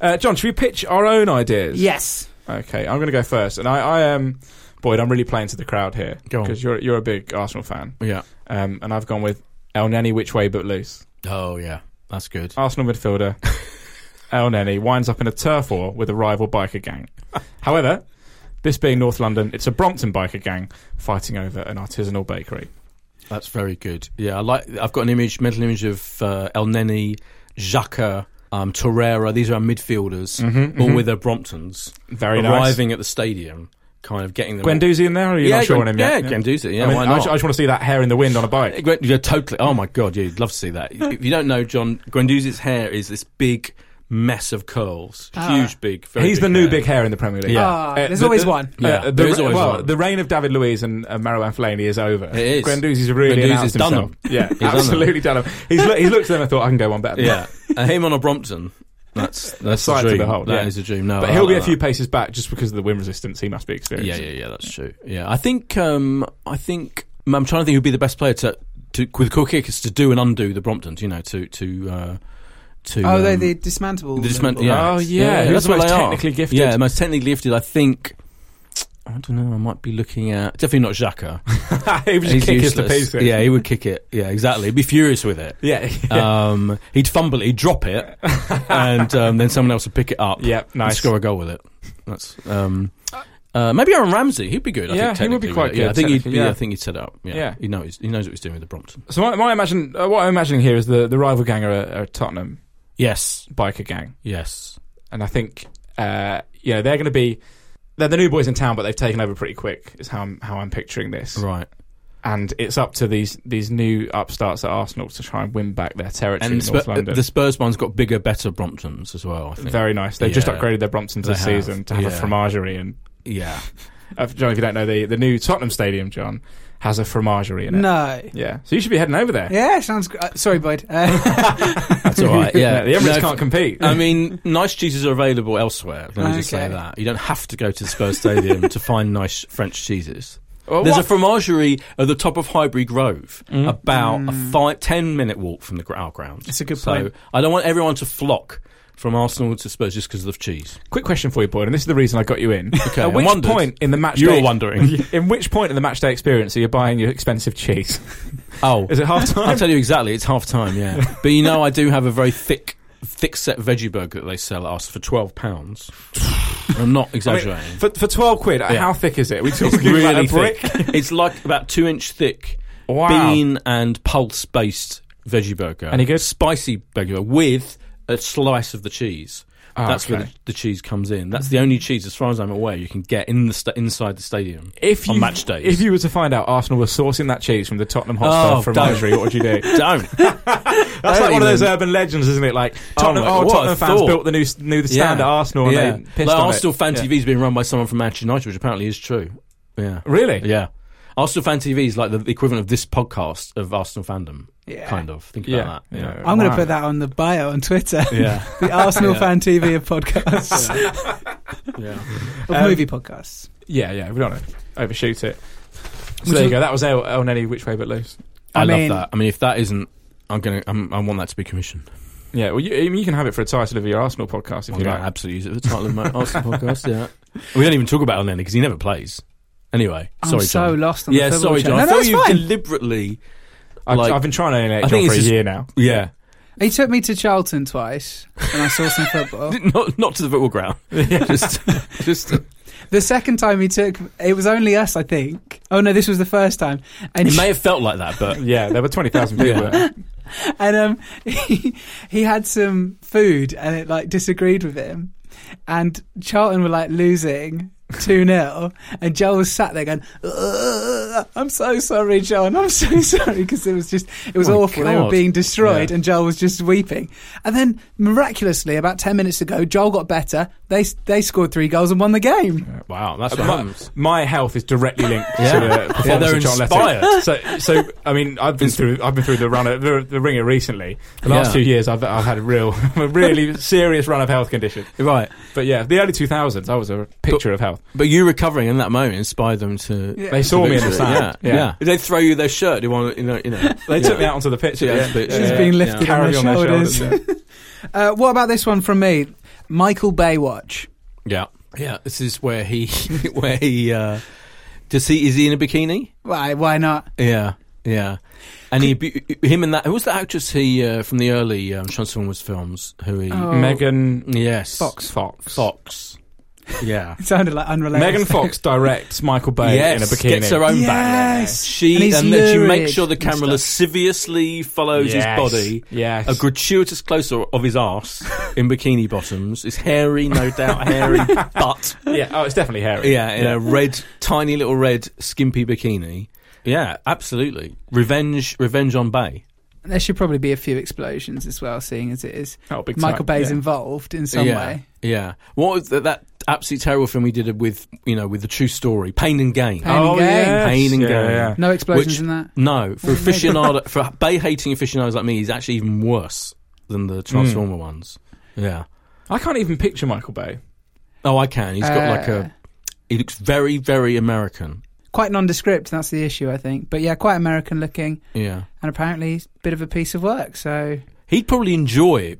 Speaker 5: Uh, John, should we pitch our own ideas?
Speaker 7: Yes.
Speaker 5: Okay, I'm going to go first, and I, I um, Boyd, I'm really playing to the crowd here
Speaker 6: Go on.
Speaker 5: because you're you're a big Arsenal fan,
Speaker 6: Yeah.
Speaker 5: um, and I've gone with El Nenny, which way but loose.
Speaker 6: Oh, yeah. That's good.
Speaker 5: Arsenal midfielder El Nenny winds up in a turf war with a rival biker gang. However, this being North London, it's a Brompton biker gang fighting over an artisanal bakery.
Speaker 6: That's very good. Yeah, I like. I've got an image, mental image of uh, El Neni, Xhaka, um,
Speaker 7: Mm-hmm,
Speaker 6: Torreira. These are our midfielders, all with their Bromptons
Speaker 5: Very nice.
Speaker 6: arriving at the stadium kind of getting them.
Speaker 5: Gwen Doozy in there? Or are you
Speaker 6: yeah,
Speaker 5: not sure
Speaker 6: Gwen,
Speaker 5: on him yet?
Speaker 6: Yeah, Gwen Doozy. Yeah,
Speaker 5: I, mean,
Speaker 6: why not?
Speaker 5: I just, want to see that hair in the wind on a bike.
Speaker 6: Gwen, yeah, totally. Oh my god, yeah, you'd love to see that. if you don't know, John Guendouzi's hair is this big mess of curls,
Speaker 7: Ah.
Speaker 6: huge, big. Very
Speaker 5: He's the new big hair in the Premier League.
Speaker 6: Yeah.
Speaker 7: Ah, there's
Speaker 5: the-
Speaker 7: always
Speaker 5: the-
Speaker 7: one.
Speaker 6: Yeah,
Speaker 5: the,
Speaker 6: there is always
Speaker 5: well,
Speaker 6: one.
Speaker 5: the reign of David Luiz and uh, Marouane Fellaini is over.
Speaker 6: It is.
Speaker 5: Guendouzi's really
Speaker 6: Guendouzi's
Speaker 5: announced
Speaker 6: done
Speaker 5: himself.
Speaker 6: them.
Speaker 5: Yeah,
Speaker 6: He's done them.
Speaker 5: absolutely done them. He's, look, he's looked at them and thought, I can go one better. than
Speaker 6: Yeah, and him on a Brompton. That's that's
Speaker 5: Sight to
Speaker 6: a dream. That
Speaker 5: behold,
Speaker 6: is
Speaker 5: yeah.
Speaker 6: a dream. No,
Speaker 5: But
Speaker 6: I
Speaker 5: he'll be a
Speaker 6: like
Speaker 5: few
Speaker 6: that.
Speaker 5: paces back just because of the wind resistance he must be
Speaker 6: Yeah,
Speaker 5: experiencing.
Speaker 6: yeah, yeah. That's true. Yeah, I think um, I think I'm trying to think who'd be the best player to, to with cool kick is to do and undo the Bromptons. You know, to to uh, to
Speaker 7: Oh, they
Speaker 6: um,
Speaker 7: the dismantable.
Speaker 6: the dismantle. Yeah.
Speaker 5: Oh, yeah, who's
Speaker 6: that's
Speaker 5: the
Speaker 6: what
Speaker 5: most
Speaker 6: they are.
Speaker 5: technically gifted?
Speaker 6: Yeah, the most technically gifted. I think. I don't know. I might be looking at definitely not Xhaka.
Speaker 5: he would just
Speaker 6: He's
Speaker 5: kick his to
Speaker 6: useless.
Speaker 5: pieces.
Speaker 6: Yeah, he would kick it. Yeah, exactly. He'd be furious with it.
Speaker 5: yeah, yeah.
Speaker 6: Um, he'd fumble it, he'd drop it, and um, then someone else would pick it up.
Speaker 5: Yep,
Speaker 6: and
Speaker 5: nice.
Speaker 6: score a goal with it. That's um, uh, maybe Aaron Ramsey. He'd be good. I
Speaker 5: Yeah,
Speaker 6: think,
Speaker 5: he would be
Speaker 6: technically,
Speaker 5: quite
Speaker 6: with it. Yeah, I
Speaker 5: good
Speaker 6: think he'd.
Speaker 5: technically,
Speaker 6: Yeah.
Speaker 5: yeah.
Speaker 6: I think he'd set it up. Yeah,
Speaker 5: Yeah.
Speaker 6: he knows. He knows what he's doing with the Brompton.
Speaker 5: So my, my imagine uh, what I imagine here is the, the rival gang are, a- are a Tottenham
Speaker 6: Yes,
Speaker 5: biker gang,
Speaker 6: yes,
Speaker 5: and I think uh, you know they're going to be they're the new boys in town, but they've taken over pretty quick. Is how I'm, how I'm picturing this,
Speaker 6: right.
Speaker 5: and it's up to these these new upstarts at Arsenal to try and win back their territory in
Speaker 6: And
Speaker 5: North
Speaker 6: Spur-
Speaker 5: London.
Speaker 6: the Spurs one's got bigger, better Bromptons as well. I think.
Speaker 5: Very nice. They've just
Speaker 6: Yeah.
Speaker 5: upgraded their Bromptons
Speaker 6: They
Speaker 5: this
Speaker 6: have,
Speaker 5: season to have a
Speaker 6: yeah.
Speaker 5: fromagerie. And
Speaker 6: yeah,
Speaker 5: uh, John, if you don't know, the the new Tottenham Stadium, John, has a fromagerie in it.
Speaker 7: No.
Speaker 5: Yeah, so you should be heading over there.
Speaker 7: Yeah, sounds. Gr- uh, sorry, Boyd. Uh,
Speaker 6: that's all right. Yeah,
Speaker 5: the Emirates
Speaker 6: No,
Speaker 5: can't compete.
Speaker 6: I mean, nice cheeses are available elsewhere. Let me just say
Speaker 7: Okay.
Speaker 6: that. You don't have to go to the Spurs Stadium to find nice French cheeses.
Speaker 5: Well,
Speaker 6: There's
Speaker 5: what- Mm.
Speaker 6: a fromagerie at the top of Highbury Grove, about a five, ten minute walk from the gr- our ground.
Speaker 7: It's a good
Speaker 6: so
Speaker 7: point.
Speaker 6: I don't want everyone to flock from Arsenal to Spurs just because of the cheese.
Speaker 5: Quick question for you, Boyd, and this is the reason I got you in.
Speaker 6: Okay, I
Speaker 5: At which
Speaker 6: wondered.
Speaker 5: point in the match
Speaker 6: You
Speaker 5: day,
Speaker 6: were wondering.
Speaker 5: in which point in the match day experience are you buying your expensive cheese?
Speaker 6: Oh,
Speaker 5: Is it half time?
Speaker 6: I'll tell you exactly. It's half time, yeah. but you know, I do have a very thick, thick set veggie burger that they sell at us for twelve pounds. I'm not
Speaker 5: I mean,
Speaker 6: exaggerating.
Speaker 5: for, for twelve quid, uh,
Speaker 6: Yeah.
Speaker 5: how thick is it? we talking
Speaker 6: It's really
Speaker 5: about a brick?
Speaker 6: thick. it's like about two inch thick
Speaker 5: Wow.
Speaker 6: bean and pulse based veggie burger.
Speaker 5: Any good?
Speaker 6: Spicy burger with a slice of the cheese.
Speaker 5: Oh,
Speaker 6: That's where
Speaker 5: okay.
Speaker 6: the, the cheese comes in. That's the only cheese, as far as I'm aware, you can get in the sta- inside the stadium
Speaker 5: If you
Speaker 6: on match days.
Speaker 5: if you were to find out Arsenal were sourcing that cheese from the Tottenham Hotspur
Speaker 6: Oh,
Speaker 5: from
Speaker 6: don't.
Speaker 5: Marjorie, what would you do?
Speaker 6: don't,
Speaker 5: That's like
Speaker 6: Don't
Speaker 5: one of those
Speaker 6: even-
Speaker 5: urban legends, isn't it? Like
Speaker 6: Oh
Speaker 5: Tottenham,
Speaker 6: my-
Speaker 5: oh,
Speaker 6: what a
Speaker 5: Tottenham fans
Speaker 6: thought.
Speaker 5: built the new s- new stand at Arsenal and they pissed
Speaker 6: like
Speaker 5: on
Speaker 6: Arsenal
Speaker 5: it.
Speaker 6: Fan
Speaker 5: Yeah.
Speaker 6: TV is being run by someone from Manchester United, which apparently is true. Yeah,
Speaker 5: Really?
Speaker 6: yeah. Arsenal Fan TV is like the, the equivalent of this podcast of Arsenal fandom.
Speaker 7: Yeah.
Speaker 6: kind of. Think about
Speaker 5: Yeah.
Speaker 6: that.
Speaker 5: yeah.
Speaker 7: I'm going to
Speaker 5: Wow.
Speaker 7: put that on the bio on Twitter.
Speaker 6: Yeah.
Speaker 7: the Arsenal
Speaker 6: Yeah.
Speaker 7: Fan TV of podcasts,
Speaker 6: yeah.
Speaker 7: of
Speaker 5: Um,
Speaker 7: movie podcasts.
Speaker 5: Yeah, yeah. We don't want to overshoot it. So
Speaker 7: Would
Speaker 5: there you
Speaker 7: you-
Speaker 5: go. That was El, El Nenny, which way but loose.
Speaker 6: I,
Speaker 7: I
Speaker 6: love
Speaker 7: mean-
Speaker 6: that. I mean, if that isn't, I'm gonna, I'm, I want that to be commissioned.
Speaker 5: Yeah, well, you, I mean, you can have it for a title of your Arsenal podcast if
Speaker 6: I'm
Speaker 5: you
Speaker 6: gonna
Speaker 5: like.
Speaker 6: absolutely use it for the title of my Arsenal podcast. Yeah, we don't even talk about Elneny because he never plays. Anyway,
Speaker 7: I'm
Speaker 6: sorry,
Speaker 7: so
Speaker 6: John.
Speaker 7: lost on
Speaker 6: yeah,
Speaker 7: the football
Speaker 6: sorry, John.
Speaker 7: channel.
Speaker 6: I
Speaker 7: No, no,
Speaker 6: thought
Speaker 7: it's
Speaker 6: you
Speaker 7: fine.
Speaker 6: deliberately,
Speaker 5: I've,
Speaker 6: like-
Speaker 5: I've been trying to alienate
Speaker 6: I
Speaker 5: John
Speaker 6: think
Speaker 5: for a
Speaker 6: it's just-
Speaker 5: year now.
Speaker 6: yeah,
Speaker 7: He took me to Charlton twice, and I saw some football.
Speaker 6: not not to the football ground. just, just
Speaker 7: The second time he took, it was only us, I think. Oh no, this was the first time. And
Speaker 6: it may have felt like that, but
Speaker 5: Yeah, there were 20,000 people
Speaker 6: Yeah.
Speaker 5: there.
Speaker 7: and um, he, he had some food and it like disagreed with him. And Charlton were like losing 2 0. And Joel was sat there going, "Ugh, I'm so sorry, John. I'm so sorry. Because it was just, it was
Speaker 6: My
Speaker 7: awful. They were
Speaker 6: God.
Speaker 7: being destroyed
Speaker 6: Yeah.
Speaker 7: and Joel was just weeping. And then miraculously, about 10 minutes ago, Joel got better. They, they scored three goals and won the game.
Speaker 6: wow, that's what
Speaker 5: My,
Speaker 6: happens.
Speaker 5: my health is directly linked to
Speaker 6: Yeah.
Speaker 5: the performance
Speaker 6: Yeah, they're
Speaker 5: of John Letty.
Speaker 6: inspired.
Speaker 5: So, so I mean, I've been through, I've been through the runner, the, the ringer recently. The last
Speaker 6: Yeah.
Speaker 5: two years, I've, I've had a real, a really serious run of health condition.
Speaker 6: Right,
Speaker 5: But yeah, the early 2000s, I was a picture of health.
Speaker 6: but you recovering in that moment inspired them to.
Speaker 7: Yeah.
Speaker 5: They saw
Speaker 6: to
Speaker 5: me in the
Speaker 6: victory.
Speaker 5: sand.
Speaker 6: Yeah, yeah. They throw you their shirt. You want, you know, you know.
Speaker 5: They took me
Speaker 6: Yeah.
Speaker 5: out onto the pitch.
Speaker 6: Yeah,
Speaker 5: yeah.
Speaker 6: but-
Speaker 5: Yeah,
Speaker 7: She's
Speaker 5: yeah,
Speaker 7: being
Speaker 5: yeah.
Speaker 7: lifted on
Speaker 5: Carry
Speaker 7: her
Speaker 5: on their
Speaker 7: shoulders.
Speaker 5: shoulders, yeah.
Speaker 7: Uh, what about this one from me? Michael Baywatch.
Speaker 6: Yeah, yeah. This is where he, where he. Uh, does he? Is he in a bikini?
Speaker 7: Why? Why not?
Speaker 6: Yeah, yeah. And he, abu- him and that. Who was the actress he uh, from the early um, Transformers films? Who he?
Speaker 7: Oh.
Speaker 5: Megan
Speaker 6: Yes,
Speaker 5: Fox. Fox.
Speaker 6: Fox. Yeah.
Speaker 7: It sounded like unrelated.
Speaker 5: Megan Fox directs Michael Bay
Speaker 6: yes,
Speaker 5: in a bikini.
Speaker 6: gets her own back.
Speaker 7: Yes. And
Speaker 6: She
Speaker 7: he's
Speaker 6: and, then she
Speaker 7: lurid
Speaker 6: makes sure the
Speaker 7: and
Speaker 6: camera
Speaker 7: stuff.
Speaker 6: lasciviously follows
Speaker 5: Yes.
Speaker 6: his body.
Speaker 5: Yes.
Speaker 6: a gratuitous close of his arse in bikini bottoms. His hairy, no doubt, hairy butt.
Speaker 5: yeah, oh, it's definitely hairy.
Speaker 6: Yeah, in a red, tiny little red skimpy bikini. Yeah, absolutely. Revenge, revenge on Bay.
Speaker 7: There should probably be a few explosions as well, seeing as it is
Speaker 5: Oh, big
Speaker 7: Michael
Speaker 5: time,
Speaker 7: Bay's
Speaker 5: yeah.
Speaker 7: involved in some
Speaker 6: yeah,
Speaker 7: way.
Speaker 6: yeah. What was that, that absolutely terrible film we did with you know with the true story, Pain and Gain.
Speaker 7: Pain and
Speaker 5: Oh,
Speaker 7: Gain.
Speaker 5: yes.
Speaker 6: Pain and
Speaker 5: Yeah,
Speaker 6: Gain.
Speaker 5: yeah.
Speaker 7: No explosions
Speaker 6: Which-
Speaker 7: in that.
Speaker 6: No, for aficionado, for Bay hating aficionados like me, is actually even worse than the Transformer ones. Yeah.
Speaker 5: I can't even picture Michael Bay.
Speaker 6: Oh, I can. He's got
Speaker 7: Uh,
Speaker 6: like a. He looks very, very American.
Speaker 7: Quite nondescript. That's the issue, I think. But yeah, quite American looking,
Speaker 6: Yeah.
Speaker 7: and apparently a bit of a piece of work. So
Speaker 6: He'd probably enjoy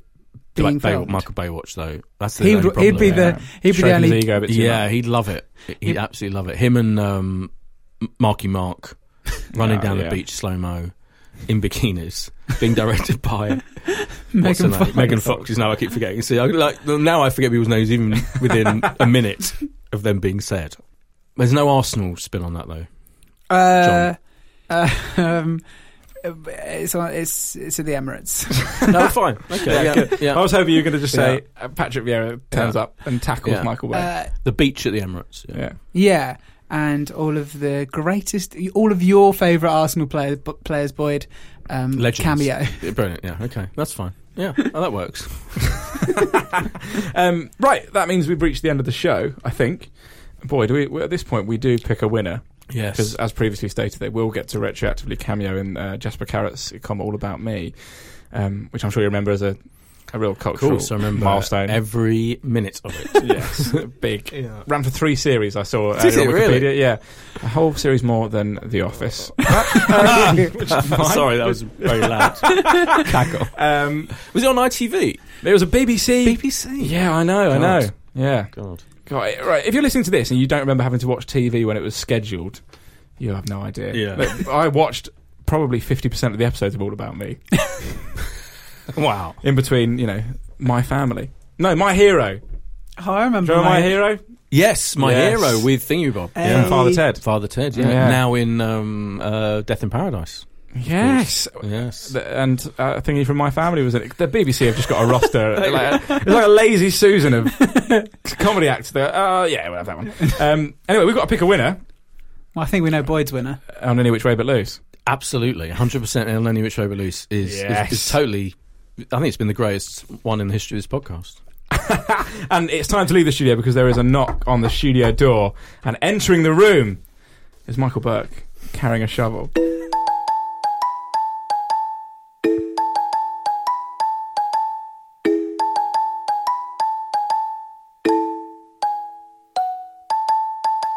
Speaker 7: Being
Speaker 6: Black Bay,
Speaker 7: filmed.
Speaker 6: Michael Baywatch though. That's the
Speaker 7: he
Speaker 6: only
Speaker 7: would, he'd
Speaker 6: problem.
Speaker 7: be
Speaker 6: yeah.
Speaker 7: the he'd be the
Speaker 5: Stroking his
Speaker 7: only
Speaker 5: ego a bit too
Speaker 6: Yeah,
Speaker 5: much.
Speaker 6: he'd love it. He'd
Speaker 7: He-
Speaker 6: absolutely love it. Him and um, M- Marky Mark running
Speaker 5: Oh,
Speaker 6: down
Speaker 5: yeah.
Speaker 6: the beach slow mo in bikinis, being directed by what's her name?
Speaker 7: Megan Fox.
Speaker 6: Megan Fox is now I keep forgetting. See, I, like now I forget people's names even within a minute of them being said. There's no Arsenal spin on that though.
Speaker 7: Uh, uh, um, it's on, it's it's in the Emirates.
Speaker 6: No, fine. Okay, yeah,
Speaker 5: good.
Speaker 6: yeah.
Speaker 5: I was hoping you were going to just say
Speaker 6: Yeah.
Speaker 5: uh, Patrick Vieira turns
Speaker 6: Yeah.
Speaker 5: up and tackles
Speaker 6: Yeah.
Speaker 5: Michael Bay.
Speaker 7: Uh,
Speaker 6: the beach at the Emirates.
Speaker 5: yeah.
Speaker 7: yeah, and all of the greatest, all of your favourite Arsenal players, players Boyd, um,
Speaker 6: Legends.
Speaker 7: cameo.
Speaker 6: Yeah, Brilliant. Yeah. Okay. That's fine. Yeah. Oh, that works.
Speaker 5: Um, right, that means we've reached the end of the show, I think. Boy, do we, we- at this point, we do pick a winner. Because,
Speaker 6: Yes.
Speaker 5: as previously stated, they will get to retroactively cameo in uh, Jasper Carrot's sitcom All About Me, um, which I'm sure you remember as a, a real
Speaker 6: Of
Speaker 5: cultural
Speaker 6: course, I remember
Speaker 5: milestone.
Speaker 6: every minute of it.
Speaker 5: yes, big.
Speaker 6: Yeah.
Speaker 5: Ran for three series, I saw. uh,
Speaker 6: Did
Speaker 5: on
Speaker 6: it
Speaker 5: Wikipedia.
Speaker 6: really?
Speaker 5: Yeah. A whole series more than The Office.
Speaker 6: Sorry, that was very loud. Cackle.
Speaker 5: Um,
Speaker 6: Was it on ITV?
Speaker 5: it was a BBC.
Speaker 6: BBC.
Speaker 5: Yeah, I know, I know.
Speaker 6: God.
Speaker 5: Yeah.
Speaker 6: God.
Speaker 5: God, eh, right. If you're listening to this and you don't remember having to watch TV when it was scheduled, you have no idea.
Speaker 6: Yeah.
Speaker 5: Look, I watched probably 50% of the episodes of All About Me
Speaker 6: Wow.
Speaker 5: in between, you know, My Family. No, My Hero.
Speaker 7: Oh, I
Speaker 5: Do
Speaker 7: remember.
Speaker 5: you remember My
Speaker 7: mate.
Speaker 5: Hero?
Speaker 6: Yes, my
Speaker 5: Yes.
Speaker 6: hero with Thingy Bob.
Speaker 7: Hey. Yeah.
Speaker 5: Father Ted.
Speaker 6: Father Ted. Yeah.
Speaker 5: Yeah.
Speaker 6: Now in um, uh, Death in Paradise.
Speaker 5: Yes.
Speaker 6: Yes.
Speaker 5: The- And uh, thingy from My Family was in it. The BBC have just got a roster. like, it's like a lazy Susan of comedy acts. They're, Oh, yeah, we'll have that one. Um, anyway, we've got to pick a winner
Speaker 7: Well, I think we know Boyd's winner.
Speaker 5: on Any Which Way But Loose.
Speaker 6: Absolutely, 100% El Lenny Rich Overloose is,
Speaker 5: Yes.
Speaker 6: is, is totally. I think it's been the greatest one in the history of this podcast.
Speaker 5: And it's time to leave the studio because there is a knock on the studio door. And entering the room is Michael Burke carrying a shovel.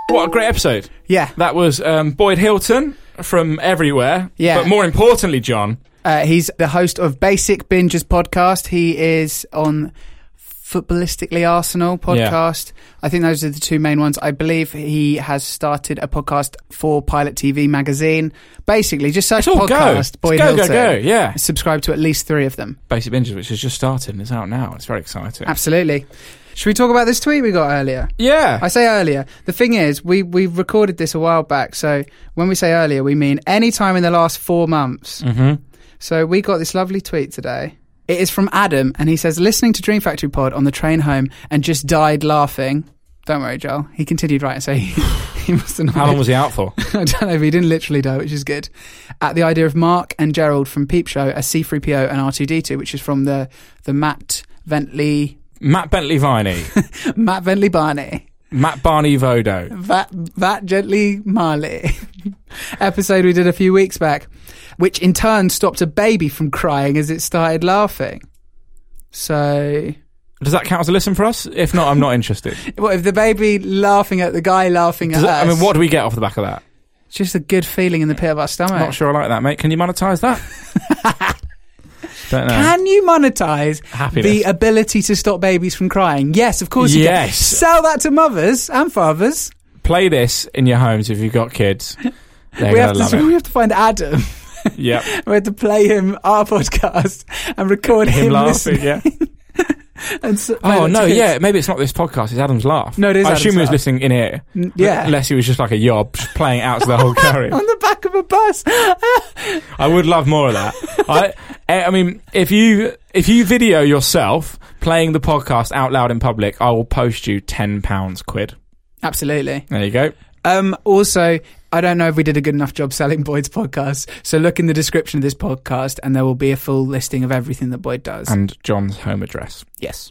Speaker 5: What a great episode.
Speaker 7: Yeah,
Speaker 5: That was um, Boyd Hilton from Everywhere.
Speaker 7: Yeah.
Speaker 5: But more importantly, John,
Speaker 7: uh, he's the host of Basic Bingers podcast. He is on Footballistically Arsenal podcast. I think those are the two main ones. I believe he has started a podcast for Pilot TV magazine. Basically, just search
Speaker 5: it's all go. It's
Speaker 7: podcast.
Speaker 5: go,
Speaker 7: Boyd
Speaker 5: go,
Speaker 7: Hilton.
Speaker 5: go. Yeah.
Speaker 7: Subscribe to at least three of them.
Speaker 5: Basic Binges, which has just started and it's out now. It's very exciting.
Speaker 7: Absolutely. Should we talk about this tweet we got earlier?
Speaker 5: Yeah.
Speaker 7: I say earlier. The thing is, we we recorded this a while back, so when we say earlier, we mean any time in the last four months.
Speaker 5: Mhm.
Speaker 7: So we got this lovely tweet today. It is from Adam, and he says, "Listening to Dream Factory Pod on the train home, and just died laughing." Don't worry, Joel. He continued writing, so he, he must have. not-
Speaker 5: How long was he out for?
Speaker 7: I don't know if he didn't literally die, which is good. At the idea of Mark and Gerald from Peep Show as C3PO and R2D2, which is from the the Matt Ventley
Speaker 5: Matt Bentley Viney,
Speaker 7: Matt Ventley Barney.
Speaker 5: Matt Barney Vodo.
Speaker 7: That that gently Marley episode we did a few weeks back, which in turn stopped a baby from crying as it started laughing. So,
Speaker 5: Does that count as a listen for us? If not, I'm not interested.
Speaker 7: what if the baby laughing at the guy laughing
Speaker 5: Does
Speaker 7: at
Speaker 5: that-
Speaker 7: us?
Speaker 5: I mean, what do we get off the back of that?
Speaker 7: Just a good feeling in the pit of our stomach.
Speaker 5: Not sure I like that, mate. Can you monetize that? Don't know.
Speaker 7: Can you monetize
Speaker 5: Happiness.
Speaker 7: the ability to stop babies from crying? Yes, of course. you can.
Speaker 5: Yes.
Speaker 7: Sell that to mothers and fathers.
Speaker 5: Play this in your homes if you've got kids. They're
Speaker 7: we
Speaker 5: gonna
Speaker 7: have
Speaker 5: love
Speaker 7: to. We
Speaker 5: it.
Speaker 7: have to find Adam.
Speaker 5: Yep.
Speaker 7: we had to play him our podcast and record
Speaker 5: Him
Speaker 7: him,
Speaker 5: laughing.
Speaker 7: listening.
Speaker 5: Yeah.
Speaker 7: and so,
Speaker 5: Oh no,
Speaker 7: kids.
Speaker 5: yeah, maybe it's not this podcast. It's Adam's laugh.
Speaker 7: No, it is
Speaker 5: I
Speaker 7: Adam's
Speaker 5: assume he was
Speaker 7: laugh.
Speaker 5: listening in here.
Speaker 7: N- yeah.
Speaker 5: unless he was just like a yob, just playing out to the whole carriage.
Speaker 7: on the back of a bus.
Speaker 5: I would love more of that. I, eh, I mean, if you if you video yourself playing the podcast out loud in public, I will post you ten pounds quid.
Speaker 7: Absolutely.
Speaker 5: There you go.
Speaker 7: Um, also, I don't know if we did a good enough job selling Boyd's podcast. So look in the description of this podcast, and there will be a full listing of everything that Boyd does.
Speaker 5: And John's home address.
Speaker 7: yes.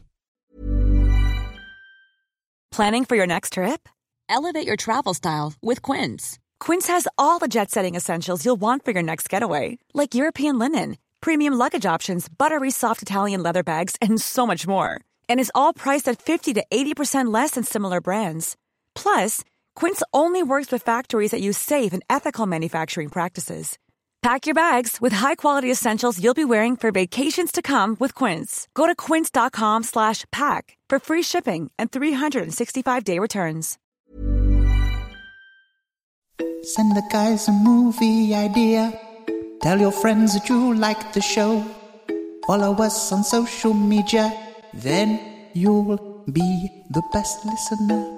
Speaker 8: Planning for your next trip? Elevate your travel style with Quince. Quince has all the jet setting essentials you'll want for your next getaway, like European linen, premium luggage options, buttery soft Italian leather bags, and so much more. And is all priced at 50 to 80% less than similar brands. Plus, Quince only works with factories that use safe and ethical manufacturing practices. Pack your bags with high-quality essentials you'll be wearing for vacations to come with Quince. Go to quince.com slash pack for free shipping and 365-day returns.
Speaker 9: Send the guys a movie idea. Tell your friends that you like the show. Follow us on social media. Then you'll be the best listener.